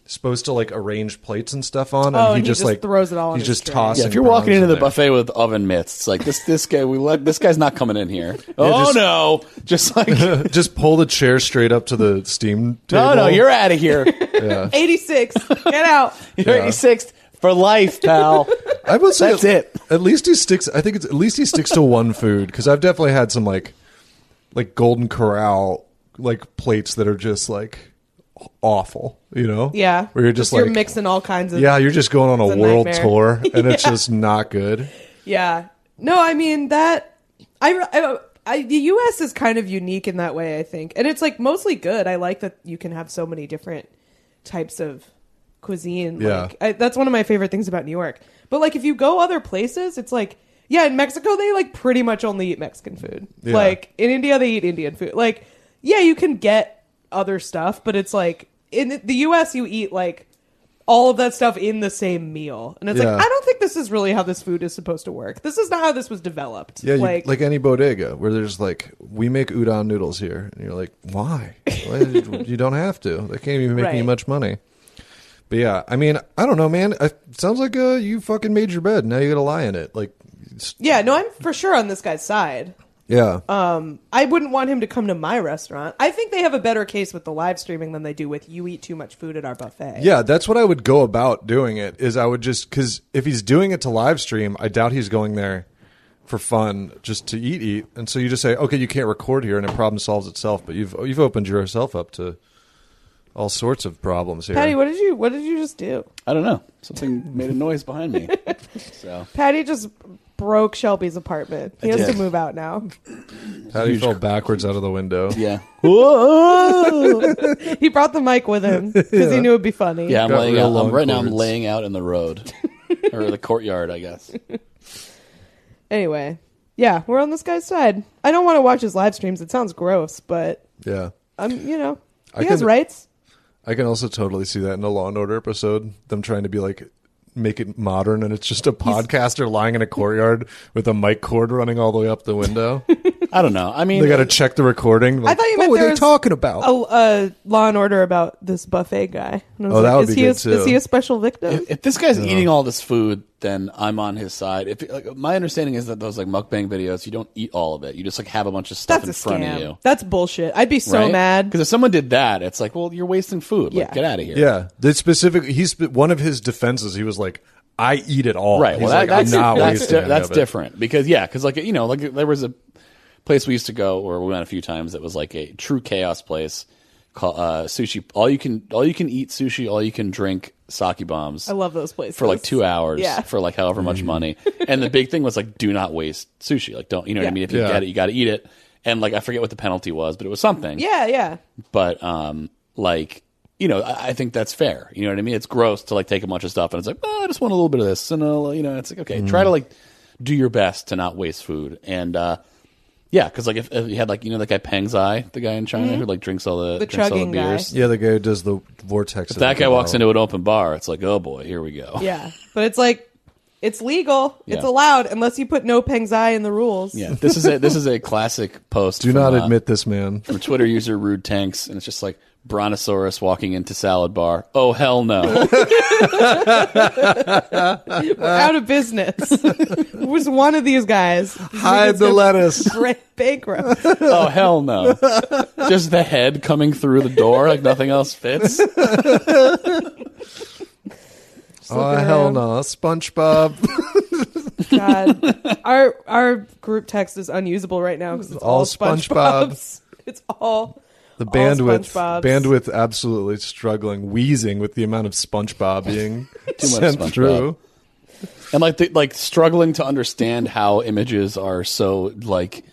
supposed to like arrange plates and stuff on, and
Oh,
he, just, like
throws it all on
He's
his
just
tray.
tossing.
Yeah, if you're
prawns
walking into
in
the
there.
buffet with oven mitts, it's like this this guy we let this guy's not coming in here. oh
just-
no. Just like
just pull the chair straight up to the steam table.
No, no, you're out of here.
Eighty six. Get out.
You're 86th for life, pal.
I would say
That's
at,
it.
At least he sticks. I think it's at least he sticks to one food because I've definitely had some like, like Golden Corral like plates that are just like awful. You know?
Yeah.
Where you're just,
you're
like
mixing all kinds of
Yeah, you're just going on a,
It's a
world
nightmare.
tour, and it's just not good.
Yeah. No, I mean that. I, I, I the U.S. is kind of unique in that way, I think, and it's like mostly good. I like that you can have so many different types of cuisine.
Yeah.
Like, I, that's one of my favorite things about New York. But like, if you go other places, it's like. Yeah, in Mexico they like pretty much only eat Mexican food.
Yeah.
Like in India they eat Indian food. Like yeah, you can get other stuff, but it's like in the US you eat like all of that stuff in the same meal. And it's
Yeah.
like, I don't think this is really how this food is supposed to work. This is not how this was developed.
Yeah, you,
like,
like, any bodega where there's like, we make udon noodles here, and you're like, why? Why did you, you don't have to. They can't even make me
Right.
much money. But yeah, I mean, I don't know, man. It sounds like uh, you fucking made your bed. Now you gotta lie in it. Like, it's-
yeah, no, I'm for sure on this guy's side.
yeah,
I wouldn't want him to come to my restaurant. I think they have a better case with the live streaming than they do with you eat too much food at our buffet.
yeah. That's what I would go about doing it. Is I would just because if he's doing it to live stream, I doubt he's going there for fun just to eat, eat. And so you just say, okay, you can't record here, and it problem solves itself. But you've you've opened yourself up to all sorts of problems here.
Patty, what did you what did you just do?
I don't know. Something made a noise behind me. So
Patty just broke Shelby's apartment. He has
did.
to move out now.
Patty fell backwards out of the window.
yeah. Whoa.
Oh. He brought the mic with him because he knew it'd be funny.
Yeah, I'm
Got
laying
real
out. I'm,
long
right now, I'm
cords.
laying out in the road or the courtyard, I guess.
Anyway, yeah, we're on this guy's side. I don't want to watch his live streams. It sounds gross, but
Yeah.
I'm, you know,
I
he has
can-
rights.
I can also totally see that in a Law and Order episode. Them trying to be like, make it modern, and it's just a podcaster lying in a courtyard with a mic cord running all the way up the window.
I don't know. I mean,
they got to check the recording.
I
like,
thought you
what
meant
were
there
they
was
talking about?
a, a Oh, uh, Law and Order about this buffet guy. And I was
Oh, that would
is
be
he a,
good, too.
Is he a special victim?
if this guy's eating all this food, then I'm on his side. If like, my understanding is that those like mukbang videos, you don't eat all of it. You just like have a bunch of stuff
That's a
in front of you.
scam. That's bullshit. I'd be so
Because
mad.
if someone did that, it's like, well, you're wasting food. Like,
Yeah.
get out of here.
yeah, they specifically. He's one of his defenses. He was like, "I eat it all."
Right.
He's
Well,
like,
that, that's
I'm not
that's,
wasting
di-
any
that's
of it."
different because yeah, because like you know, like there was a place we used to go or we went a few times that was like a true chaos place called uh, sushi. All you can all you can eat sushi. All you can drink sake bombs.
I love those places.
for like two hours
Yeah.
for like however much
Mm.
money. And the big thing was like, do not waste sushi. Like, don't you know what
Yeah.
I mean? If you
Yeah.
get it, you got to eat it. And like, I forget what the penalty was, but it was something.
Yeah, yeah.
But um, like you know, I, I think that's fair. You know what I mean? It's gross to like take a bunch of stuff and it's like, oh, I just want a little bit
Mm.
of this, and uh, you know, it's like okay, try to like do your best to not waste food. And uh, Yeah, because like if, if you had like you know that guy Peng Zai, the guy in China who like drinks all the,
Mm-hmm. The
drinks all the
chugging guy.
beers.
Yeah, the guy who does the vortex.
If that guy walks into an open bar, it's like, oh boy, here we go.
Yeah, but it's like it's legal. It's
Yeah.
allowed unless you put no pengzai in the rules.
Yeah, this is a this is a classic post. uh,
Do not admit this man.
from Twitter user Rude Tanks, and it's just like Brontosaurus walking into salad bar. Oh hell no!
We're out of business. it was one of these guys.
Hide the lettuce.
Great bankrupt.
oh hell no! Just the head coming through the door, like nothing else fits.
Oh hell no, SpongeBob.
God, our our group text is unusable right now because it's all,
All
SpongeBob's. It's all
The
all
bandwidth,
SpongeBob's.
bandwidth, absolutely struggling, wheezing with the amount of SpongeBob being
Too much
sent
SpongeBob.
through.
and like the, like struggling to understand how images are so like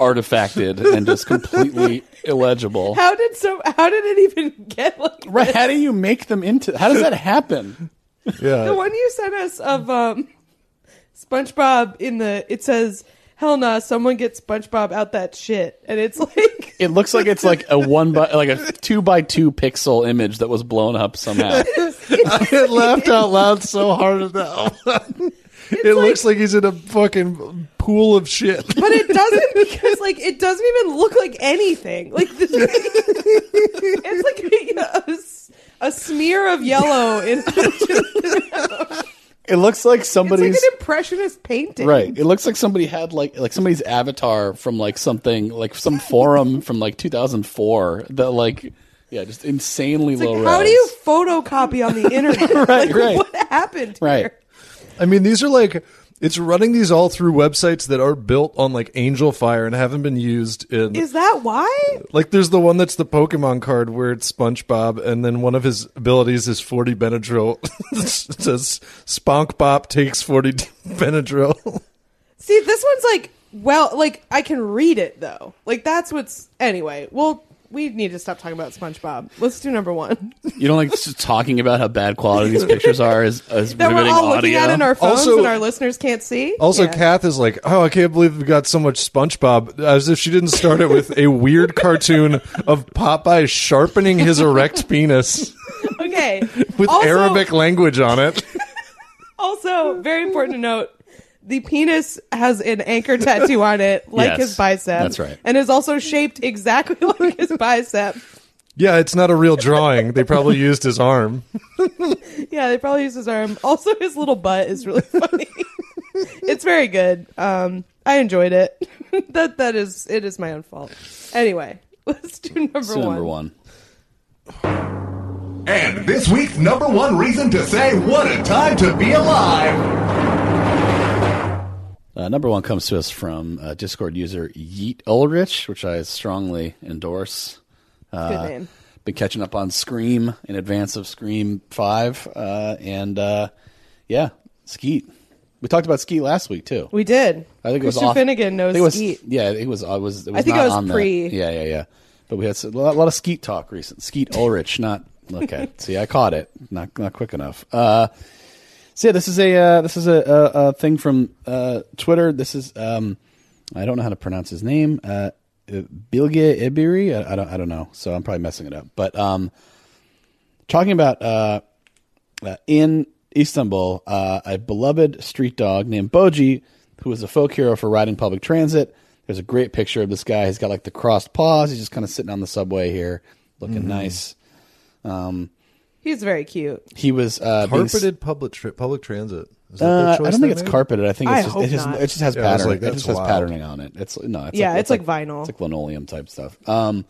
artifacted and just completely illegible.
How did so? How did it even get like
Right? How do you make them into? How does that happen?
Yeah,
the one you sent us of um SpongeBob in the it says hell nah someone get SpongeBob out that shit and it's like
It looks like it's like a one by like a two by two pixel image that was blown up somehow.
it laughed out loud so hard at that. one. it looks like he's in a fucking pool of shit.
but it doesn't because like it doesn't even look like anything like the, it's like a, a s- a smear of yellow in
It looks like
it's like
somebody's
an impressionist painting
Right. It looks like somebody had like like somebody's avatar from like something like some forum from like 2004 that like yeah, just insanely
It's
low
like, how
res.
do you photocopy on the internet like
right.
what happened here?
Right.
I mean, these are like it's running these all through websites that are built on like Angel Fire and haven't been used in
is that why
Like there's the one that's the Pokemon card where it's SpongeBob, and then one of his abilities is 40 Benadryl. it says SponkBob takes 40 Benadryl.
See, this one's like well, like I can read it though. Like that's what's anyway. Well, we need to stop talking about SpongeBob. Let's do number one
You don't like just talking about how bad quality these pictures are as as
that we're
riveting
all looking
audio.
at in our phones
Also-
and our listeners can't see.
Also,
Yeah.
Kath is like, "Oh, I can't believe we got so much SpongeBob," as if she didn't start it with a weird cartoon of Popeye sharpening his erect penis
Okay.
with
also,
Arabic language on it.
Also, very important to note. The penis has an anchor tattoo on it,
Yes,
like his bicep.
that's right.
And is also shaped exactly like his bicep.
Yeah, it's not a real drawing. They probably used his arm.
Yeah, they probably use his arm. Also, his little butt is really funny. it's very good. Um, I enjoyed it. that that is it is my own fault. Anyway, let's do number
Let's do
one.
number one.
And this week's number one reason to say what a time to be alive.
Uh, number one comes to us from uh, Discord user Yeet Ulrich, which I strongly endorse. Uh,
Good name.
been catching up on Scream in advance of Scream Five, uh, and uh, yeah, Skeet. We talked about Skeet last week too.
We did.
I think it was
Christian
off-
Finnegan knows
I think it was,
Skeet.
Yeah, it was. I was. It was
I think
not
it was
on that.
pre-
Yeah, yeah, yeah. But we had s- a lot, a lot of Skeet talk recent. Skeet Ulrich, not okay. See, I caught it. Not not quick enough. Uh, so yeah, this is a uh, this is a, a, a thing from uh, Twitter. This is um, I don't know how to pronounce his name. Uh, Bilge Ibiri. I, I don't I don't know. So I'm probably messing it up. But um, talking about uh, uh, in Istanbul, uh, a beloved street dog named Boji, who is a folk hero for riding public transit. There's a great picture of this guy. He's got like the crossed paws. He's just kind of sitting on the subway here, looking nice.
He's very cute.
He was uh, being s-
Carpeted public tri- public transit. Is that
Uh,
their
I
choice
don't
they
think it's
made?
carpeted. I think
I
it's just,
hope
it, just,
not.
it just has
Yeah, I was
patterning.
like,
it
that's
just has
wild.
patterning on it. It's no, it's
Yeah,
like,
it's like vinyl.
It's like linoleum type stuff. Um,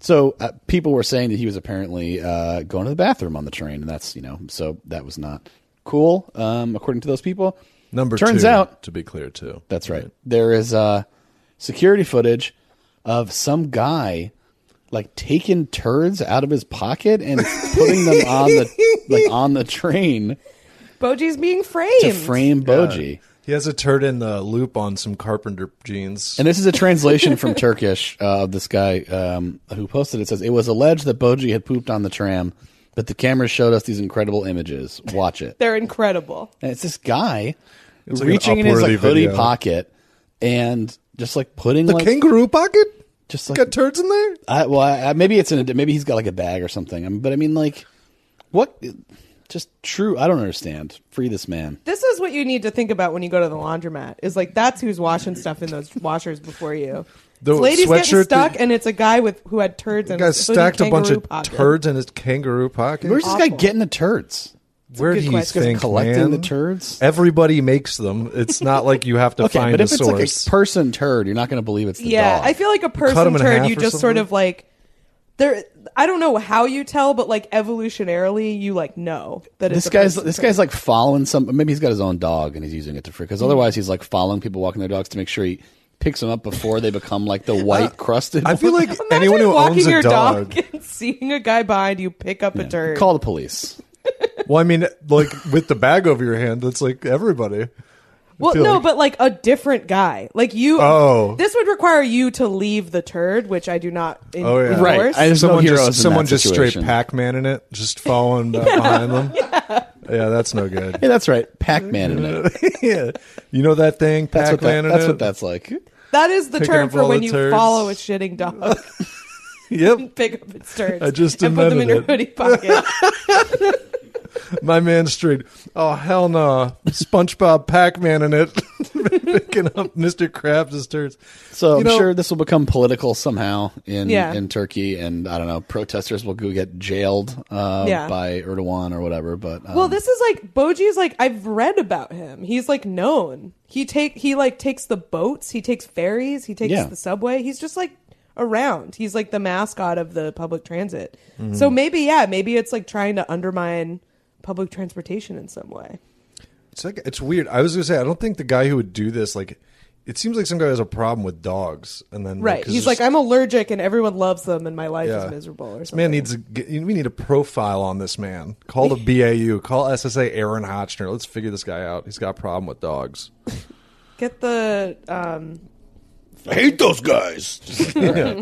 so uh, people were saying that he was apparently uh, going to the bathroom on the train, and that's you know, so that was not cool um, according to those people.
Number
turns
two,
out
to be clear too.
that's right. There is uh, security footage of some guy like taking turds out of his pocket and putting them on the like on the train
Boji's being framed.
to frame Boji.
He has a turd in the loop on some carpenter jeans.
And this is a translation from Turkish uh, of this guy um, who posted it. Says it was alleged that Boji had pooped on the tram, but the cameras showed us these incredible images. Watch it.
They're incredible.
And it's this guy
It's like an
reaching in his like,
Upworthy
hoodie
video.
pocket and Just like putting
The
like
kangaroo pocket?
just like
Got turds in there?
I, well, I, I- maybe it's in a maybe he's got like a bag or something. Um, But I mean, like, what? Just true. I don't understand. Free this man.
This is what you need to think about when you go to the laundromat. Is like that's who's washing stuff in those washers before you.
The
This lady's getting
sweatshirt
stuck,
that-
and it's a guy with who had turds and
Guy stacked a bunch of turds in his kangaroo pocket.
Where's this guy
awful.
getting the turds?
Where
good
do you
question.
think
Collecting
man?
the turds?
Everybody makes them. It's not like you have to
Okay,
find
but
a
if it's
source.
like a person turd, you're not going to believe it's the
Yeah,
dog.
I feel like a
Cut 'em
person
in
turd.
half
You
or
just sort
something?
of like there. I don't know how you tell, but like evolutionarily, you like know that
this
it's a
guy's
person
this
turd.
guy's like following some. Maybe he's got his own dog and he's using it to free. Because otherwise, he's like following people walking their dogs to make sure he picks them up before they become like the white crusted.
I feel like
Imagine
anyone who
walking
owns a
your
dog.
and seeing a guy behind you pick up a turd.
call the police.
Well, I mean, like with the bag over your hand, that's like everybody.
well,
feel
no,
like-
but like a different guy. Like you.
Oh.
This would require you to leave the turd, which I do not. In-
Oh, yeah.
Right,
endorse.
I There's no
someone
heroes in
just, someone
that
just straight
situation.
Pac Man in it, just following uh, behind them. Yeah. that's no good.
Hey, that's right, Pac Man in it.
yeah. You know that thing,
That's what
Pac Man
that,
in
that's
it?
what that's like.
That is the
Picking
term
up all
for when
the
you
turds.
follow a shitting dog.
Yep.
pick up its turds.
I just
and put them in your
invented
hoodie pocket.
My man straight. Oh hell no! SpongeBob Pac-Man in it, picking up Mr. Krabs' turds.
So
You
I'm
know-
sure this will become political somehow in
Yeah.
in Turkey, and I don't know, protesters will go get jailed uh,
Yeah.
by Erdogan or whatever. But um,
well, this is like Boji's like I've read about him. He's like known. He take he like takes the boats, he takes ferries, he takes
Yeah.
the subway. He's just like around. He's like the mascot of the public transit. So maybe yeah, maybe it's like trying to undermine public transportation in some way.
It's like it's weird. I was gonna say I don't think the guy who would do this like. It seems like some guy has a problem with dogs, and then
Right.
because
He's
there's-
like I'm allergic and everyone loves them and my life
yeah.
is miserable or
This
something.
man needs a, get- we need a profile on this man. Call the BAU. Call SSA Aaron Hotchner. Let's figure this guy out. He's got a problem with dogs.
Get the um
I hate those guys.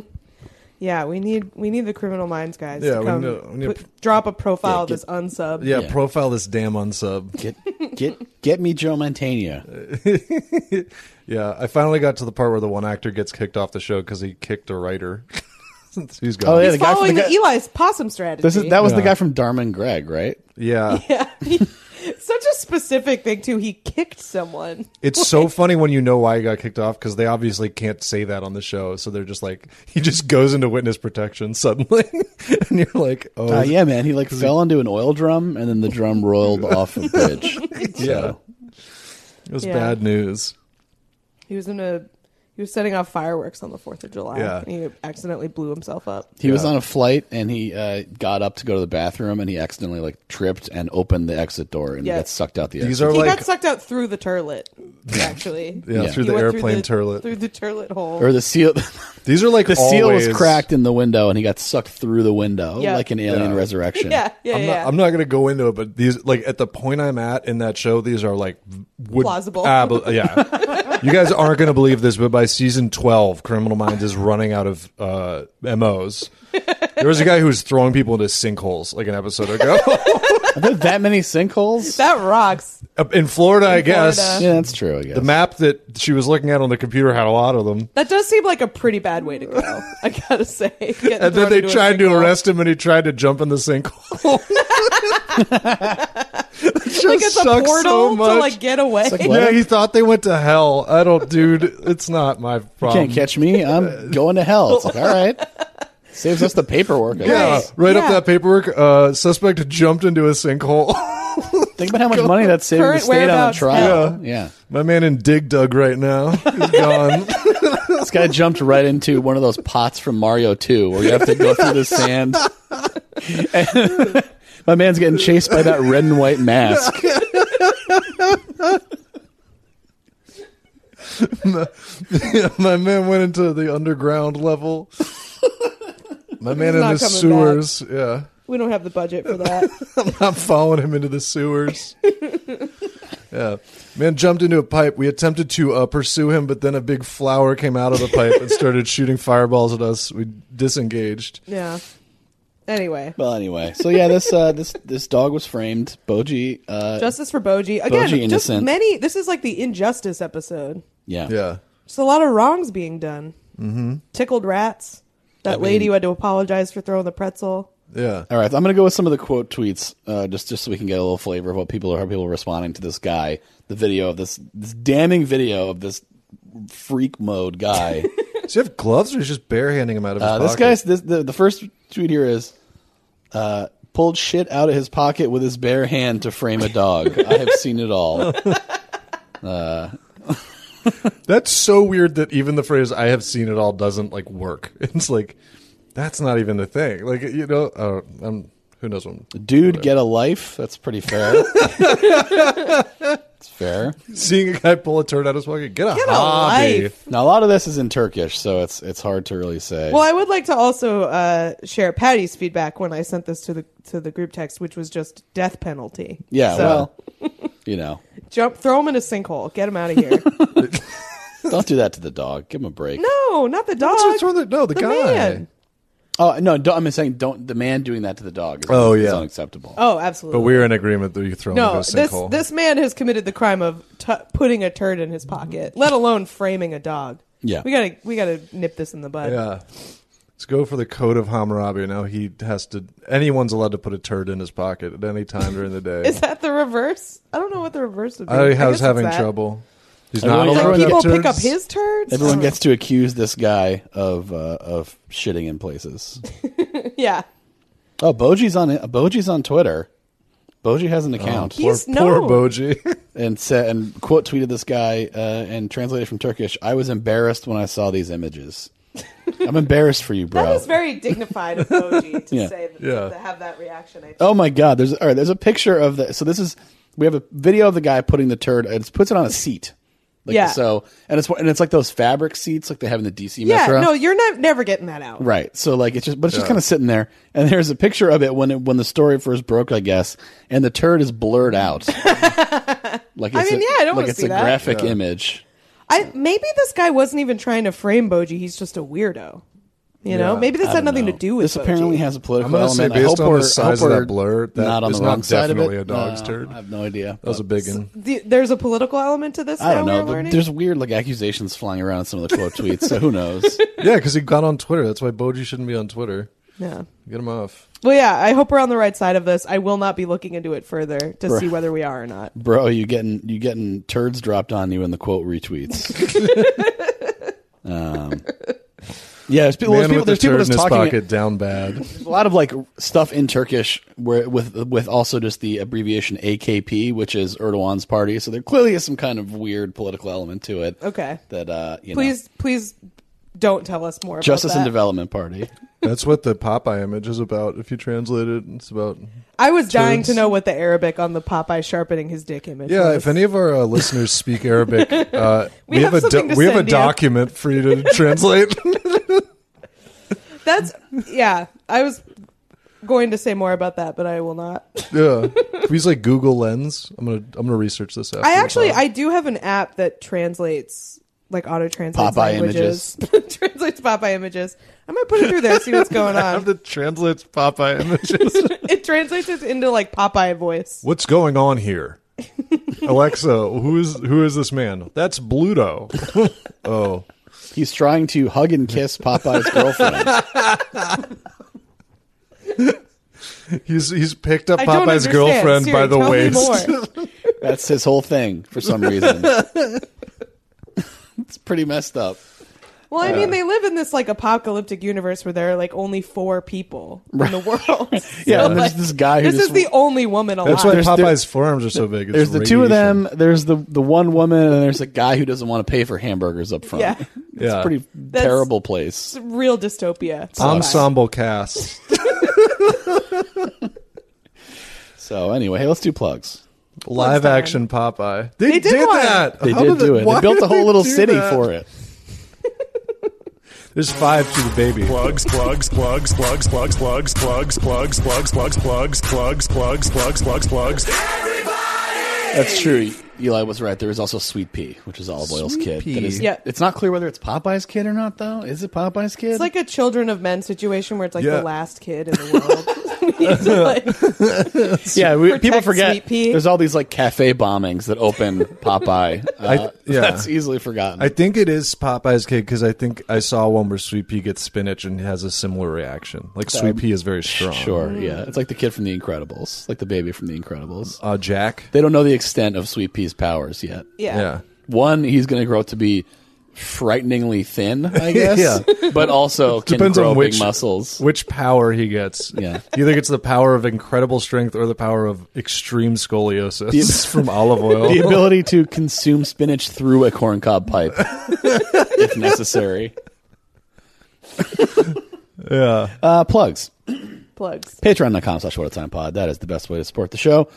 yeah, we need we need the criminal minds guys
Yeah,
to
we
come
need a- we need a
put-
pr-
drop a profile of this unsub.
Yeah,
Yeah.
profile this damn unsub.
get get get me Joe Montana.
Yeah, I finally got to the part where the one actor gets kicked off the show because he kicked a writer. He's gone.
Oh yeah, the
He's
guy from the
following the, E
guy,
Eli's possum strategy.
this is that was the
Yeah.
guy from Dharma and Greg, right?
Yeah.
Yeah. Such a specific thing too. He kicked someone.
It's so funny when you know why he got kicked off because they obviously can't say that on the show. So they're just like, he just goes into witness protection suddenly. and you're like, oh,
Uh, yeah, man. He like fell onto an oil drum, and then the drum rolled off a bridge.
yeah. It was
Yeah.
bad news.
He was in a he was setting off fireworks on the Fourth of July.
Yeah.
And he accidentally blew himself up.
He was on a flight, and he uh, got up to go to the bathroom, and he accidentally like tripped and opened the exit door, and
Yeah.
he got sucked out the
These
exit.
are
He
like,
got sucked out through the turlet. Actually.
yeah,
Yeah.
through
He
the
went
airplane turlet.
Through the turlet hole.
or the seal.
These are like
the seal was
always-
cracked in the window, and he got sucked through the window
Yeah.
like an alien
Yeah.
resurrection.
yeah, yeah,
I'm
yeah.
not, I'm not going to go into it, but these, like, at the point I'm at in that show, these are like would,
Plausible.
ab- yeah. you guys aren't going to believe this, but by season 12, Criminal Minds is running out of uh, MOs. There was a guy who was throwing people into sinkholes like an episode ago.
Are there that many sinkholes?
that rocks.
Up in Florida, I guess.
Florida.
yeah, that's true. I guess.
The map that she was looking at on the computer had a lot of them.
That does seem like a pretty bad way to go. I gotta say. Getting thrown
And then they
into a
tried to
sinkhole.
arrest him and he tried to jump in the sinkhole.
Like it's a
sucks so
portal to
much.
like get away.
like, what?
yeah, he thought they went to hell. I don't, dude, it's not my problem.
Can't catch me. I'm going to hell. It's like, all right. Saves us the paperwork. I
Yeah,
guess.
right
Yeah.
up that paperwork. Uh, suspect jumped into a sinkhole.
Think about how much money that's saving the
Current
state on a
whereabouts
trial.
now.
Yeah.
My man in dig dug right now. He's gone.
This guy jumped right into one of those pots from Mario 2 where you have to go through the sand. And my man's getting chased by that red and white mask.
My man went into the underground level. My man in
not
the
coming
sewers. Yeah,
we don't have the budget for that.
I'm following him into the sewers. yeah, man jumped into a pipe. We attempted to uh, pursue him, but then a big flower came out of the pipe and started shooting fireballs at us. We disengaged.
yeah. Anyway.
Well, anyway. So yeah, this uh, this this dog was framed. Boji. Uh,
Justice for Boji. Again,
Boji
just
innocent.
many. This is like the injustice episode.
yeah.
Yeah.
There's a lot of wrongs being done. Mm-hmm. Tickled rats. That lady who had to apologize for throwing the pretzel.
Yeah.
All right, I'm going to go with some of the quote tweets, uh, just just so we can get a little flavor of what people are how people are responding to this guy, the video of this this damning video of this freak mode guy.
Does he have gloves or is he just barehanding him out of his
Uh,
pocket?
this guy's this, the the first tweet here is uh, pulled shit out of his pocket with his bare hand to frame a dog. I have seen it all.
That's so weird that even the phrase "I have seen it all" doesn't like work. It's like that's not even the thing. Like you know, uh, um, who knows when
Dude, get a life. That's pretty fair. It's fair.
seeing a guy pull a turd out of his pocket. Get a
Get a
hobby.
life.
Now a lot of this is in Turkish, so it's it's hard to really say.
Well, I would like to also uh, share Patty's feedback when I sent this to the to the group text, which was just death penalty.
yeah,
So,
well, you know,
jump, throw him in a sinkhole, get him out of here.
don't do that to the dog. Give him a break.
no, not the dog.
What's wrong with the- no, the, guy.
man.
Oh no, don't, I'm saying don't. The man doing that to the dog. Is,
Oh,
is
yeah.
unacceptable.
Oh, absolutely.
But we're in agreement that you throw him
no,
into a
this
sinkhole.
this man has committed the crime of t- putting a turd in his pocket, let alone framing a dog.
Yeah.
we gotta we gotta nip this in the bud.
yeah. Let's go for the code of Hammurabi. Now he has to. Anyone's allowed to put a turd in his pocket at any time during the day.
Is that the reverse? I don't know what the reverse would be.
I,
guess
was
it's
having
that.
trouble. He's
Everyone-
not
Like,
allowed
Like
to
people
have
pick up
turds?
his turds.
Everyone gets to accuse this guy of uh, of shitting in places.
yeah.
Oh, Boji's on Boji's on Twitter. Boji has an account
He's
poor, poor
no.
Boji.
and said and quote tweeted this guy uh, and translated from Turkish. I was embarrassed when I saw these images. I'm embarrassed for you, bro.
That was very dignified of Boji to
Yeah.
say that,
Yeah.
to have that reaction. I think.
Oh my god! There's all right. There's a picture of the. So this is we have a video of the guy putting the turd. and It puts it on a seat. Like,
Yeah.
So and it's and it's like those fabric seats like they have in the DC
yeah,
Metro.
no, you're not never getting that out.
Right. So like it's just but it's just kind of sitting there. And there's a picture of it when it, when the story first broke, I guess. And the turd is blurred out. like it's
mean,
a,
yeah, I don't
like
wanna
it's
see
a
that.
graphic image.
I maybe this guy wasn't even trying to frame Boji. He's just a weirdo. You know,
Yeah,
maybe this
I
had
don't
nothing
know.
to do with
this. Apparently
Boji.
has a political
I'm gonna say
element. I
based
hope
on the
we're,
size
hope
of that
we're
blur, that
not on
is
the
not
wrong side of
definitely
it.
a dog's
Uh,
turd.
I have no idea.
That was a big one.
The- there's a political element to this.
I don't
now
know.
We're
but
learning?
There's weird like accusations flying around in some of the quote tweets. So who knows?
Yeah, because he got on Twitter. That's why Boji shouldn't be on Twitter.
yeah.
Get him off.
Well, yeah. I hope we're on the right side of this. I will not be looking into it further to see whether we are or not.
Bro, you getting you getting turds dropped on you in the quote retweets. um, yeah, there's people. There's
Man
people,
with
there's
the
people
turd in
just
his
talking.
pocket, down bad.
There's a lot of like stuff in Turkish where with with also just the abbreviation AKP, which is Erdogan's party. So there clearly is some kind of weird political element to it.
Okay.
That uh, you know,
Please, please, don't tell us more.
Justice
about
and
that.
Development Party.
That's what the Popeye image is about. If you translate it, it's about
I was dying
Turds.
to know what the Arabic on the Popeye sharpening his dick image.
yeah.
was.
If any of our uh, listeners speak Arabic, uh, we,
We
have,
have
a
something to
we have a
send you.
document for you to translate.
That's yeah. I was going to say more about that, but I will not.
yeah, if we use like Google Lens. I'm gonna I'm gonna research this. After
I
the
actually
pod.
I do have an app that translates like auto translates
Popeye
languages. translates Popeye images. I might put it through there see what's going
I have
on.
the translates Popeye images.
It translates it into like Popeye voice.
What's going on here? Alexa, who is who is this man? That's Bluto. oh,
He's trying to hug and kiss Popeye's girlfriend.
he's he's picked up
I don't
Popeye's
understand.
girlfriend by
Siri,
the
tell me
waist.
more.
That's his whole thing for some reason. it's pretty messed up.
Well, I mean, they live in this like apocalyptic universe where there are like only four people in the world.
Yeah,
So,
and there's
like,
this guy who
This
just-
is the only woman alive.
That's why
There's-
Popeye's forearms are so big. It's
There's the two of
radiation.
them. There's the the one woman, and there's a guy who doesn't want to pay for hamburgers up front.
Yeah.
it's
Yeah.
a pretty terrible place.
real dystopia. Popeye.
Ensemble cast.
So anyway, hey, let's do plugs.
Live
time.
action Popeye. They,
did one.
that.
They
How
did do it.
why
They built a
did
whole
they
little
do
city
that?
for it.
There's five to the baby.
plugs, plugs, plugs, plugs, plugs, plugs, plugs, plugs, plugs, plugs, plugs, plugs, plugs, plugs, plugs, plugs.
That's true. Eli was right. There is also Sweet Pea, which is Olive Oil's
Sweet
kid.
Pea.
That is,
Yeah.
It's not clear whether it's Popeye's kid or not, though. Is it Popeye's kid?
It's like a Children of Men situation where it's like
Yeah.
the last kid in the world. need to like.
yeah, we, people
Protect
forget
Sweet Pea.
there's all these like cafe bombings that open Popeye. Uh,
I- yeah.
That's easily forgotten.
I think it is Popeye's kid because I think I saw one where Sweet Pea gets spinach and has a similar reaction. Like Sweet Pea is very strong.
sure, yeah. It's like the kid from The Incredibles, like the baby from The Incredibles.
Uh, Jack.
They don't know the extent of Sweet Pea's powers yet.
Yeah.
Yeah.
One, he's going to grow up to be frighteningly thin, I guess.
Yeah.
But also can
Depends
grow
on
big
which
muscles.
which power he gets.
Yeah.
He either gets the power of incredible strength or the power of extreme scoliosis from olive oil.
the ability to consume spinach through a corncob pipe if necessary.
yeah.
Uh, plugs.
Plugs.
Patreon.com slash what a time pod. That is the best way to support the show.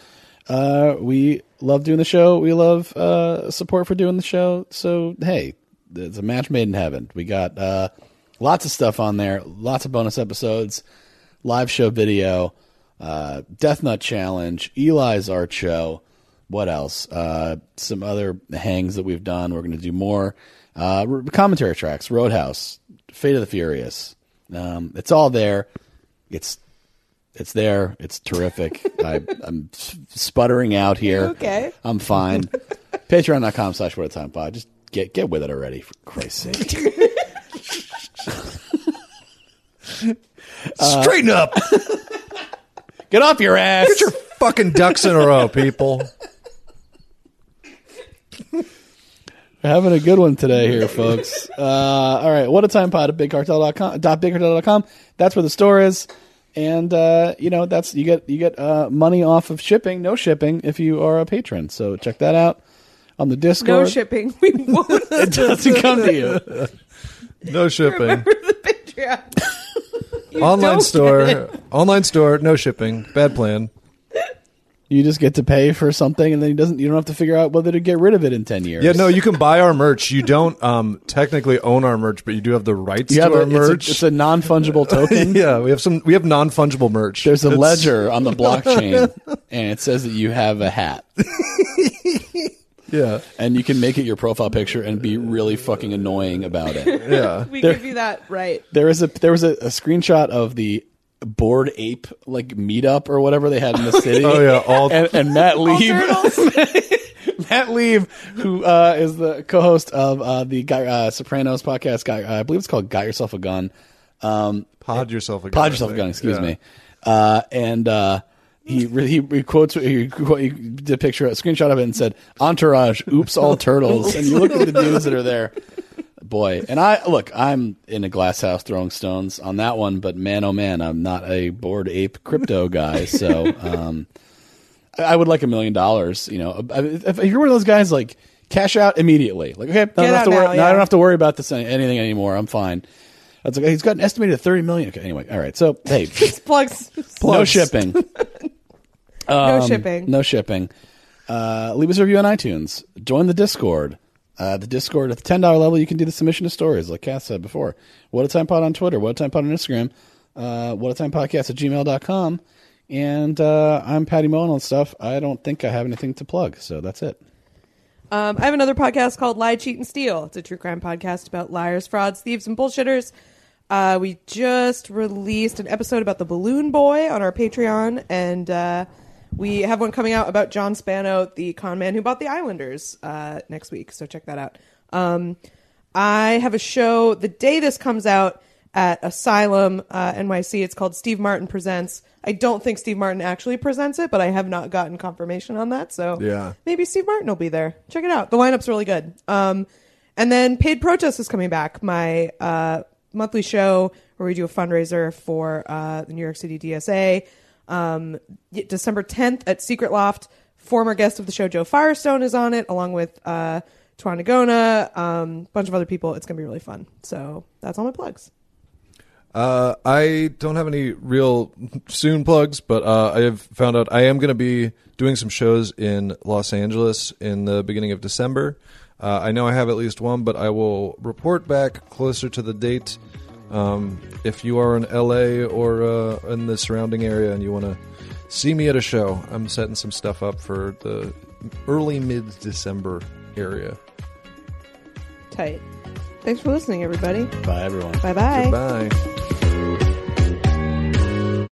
Uh, we love doing the show. We love uh, support for doing the show. So, hey, it's a match made in heaven. We got uh, lots of stuff on there, lots of bonus episodes, live show video, uh, Death Nut Challenge, Eli's Art Show. What else? Uh, some other hangs that we've done. We're going to do more. Uh, r- commentary tracks, Roadhouse, Fate of the Furious. Um, it's all there. It's it's there. It's terrific. I, I'm s- sputtering out here.
okay?
I'm fine. Patreon.com slash what a time pod. Just get get with it already, for Christ's sake.
Uh,
Straighten up.
Get off your ass.
Get your fucking ducks in a row, people.
We're having a good one today here, folks. Uh, all right. What a time pod at bigcartel.com. Dot bigcartel.com. That's where the store is. And uh, you know that's you get you get uh, money off of shipping, no shipping if you are a patron. So check that out on the Discord.
No shipping. We won't.
It doesn't come to you.
No shipping.
Remember the Patreon.
Online
don't
store. Online store. No shipping. Bad plan.
You just get to pay for something, and then you doesn't. You don't have to figure out whether to get rid of it in ten years.
Yeah, no, you can buy our merch. You don't um, technically own our merch, but you do have the rights
You
to
have
our
a,
merch.
It's a, it's a non-fungible token.
yeah, we have some. We have non-fungible merch.
There's a
It's-
ledger on the blockchain, and it says that you have a hat,
Yeah,
and you can make it your profile picture and be really fucking annoying about it.
yeah.
We give you that right.
There is a there was a, a screenshot of the board ape like meetup or whatever they had in the city.
Oh yeah, all
and, and Matt Lieb,
turtles?
Matt Lieb, who uh, is the co-host of uh, the Guy, uh, Sopranos podcast, guy, uh, I believe it's called "Got Yourself a Gun." Um,
pod yourself a gun.
Pod
I
yourself a
think.
gun, excuse
Yeah.
me. Uh, and uh, he, re- he he quotes he, qu- he did a picture, a screenshot of it, and said, "Entourage, oops, all turtles." and you look at the dudes that are there, boy. And I look, I'm in a glass house throwing stones on that one, but man, oh man, I'm not a bored ape crypto guy, so um, I- I would like a million dollars. You know, I- if, if you're one of those guys, like cash out immediately. Like, okay, I don't,
Get
have
out
to worry,
now,
no, I
yeah.
don't have to worry about this any- anything anymore. I'm fine. That's like he's got an estimated of thirty million. Okay, anyway, all right. So hey,
Plugs.
no shipping.
No
Um,
shipping.
No shipping. Uh, leave us a review on iTunes. Join the Discord. Uh, the Discord at the ten dollar level, you can do the submission of stories, like Cass said before. What a time pod on Twitter. What a time pod on Instagram. Uh, what a time podcast at gmail.com. And uh, I'm Patty Mullen on stuff. I don't think I have anything to plug, so that's it.
Um, I have another podcast called Lie, Cheat, and Steal. It's a true crime podcast about liars, frauds, thieves, and bullshitters. Uh, we just released an episode about the Balloon Boy on our Patreon, and uh, we have one coming out about John Spano, the con man who bought the Islanders, uh, next week. So check that out. Um, I have a show the day this comes out at Asylum uh, NYC. It's called Steve Martin Presents. I don't think Steve Martin actually presents it, but I have not gotten confirmation on that. So
Yeah.
maybe Steve Martin will be there. Check it out. The lineup's really good. Um, and then Paid Protest is coming back, my uh, monthly show where we do a fundraiser for uh, the New York City DSA. Um, y- December 10th at Secret Loft. Former guest of the show, Joe Firestone, is on it, along with uh, Tuan Nagona, um, a bunch of other people. It's going to be really fun. So that's all my plugs.
Uh, I don't have any real soon plugs, but uh, I have found out I am going to be doing some shows in Los Angeles in the beginning of December. Uh, I know I have at least one, but I will report back closer to the date. Um, if you are in LA or uh, in the surrounding area and you want to see me at a show, I'm setting some stuff up for the early mid December area.
Tight. Thanks for listening, everybody.
Bye, everyone.
Bye bye.
Goodbye.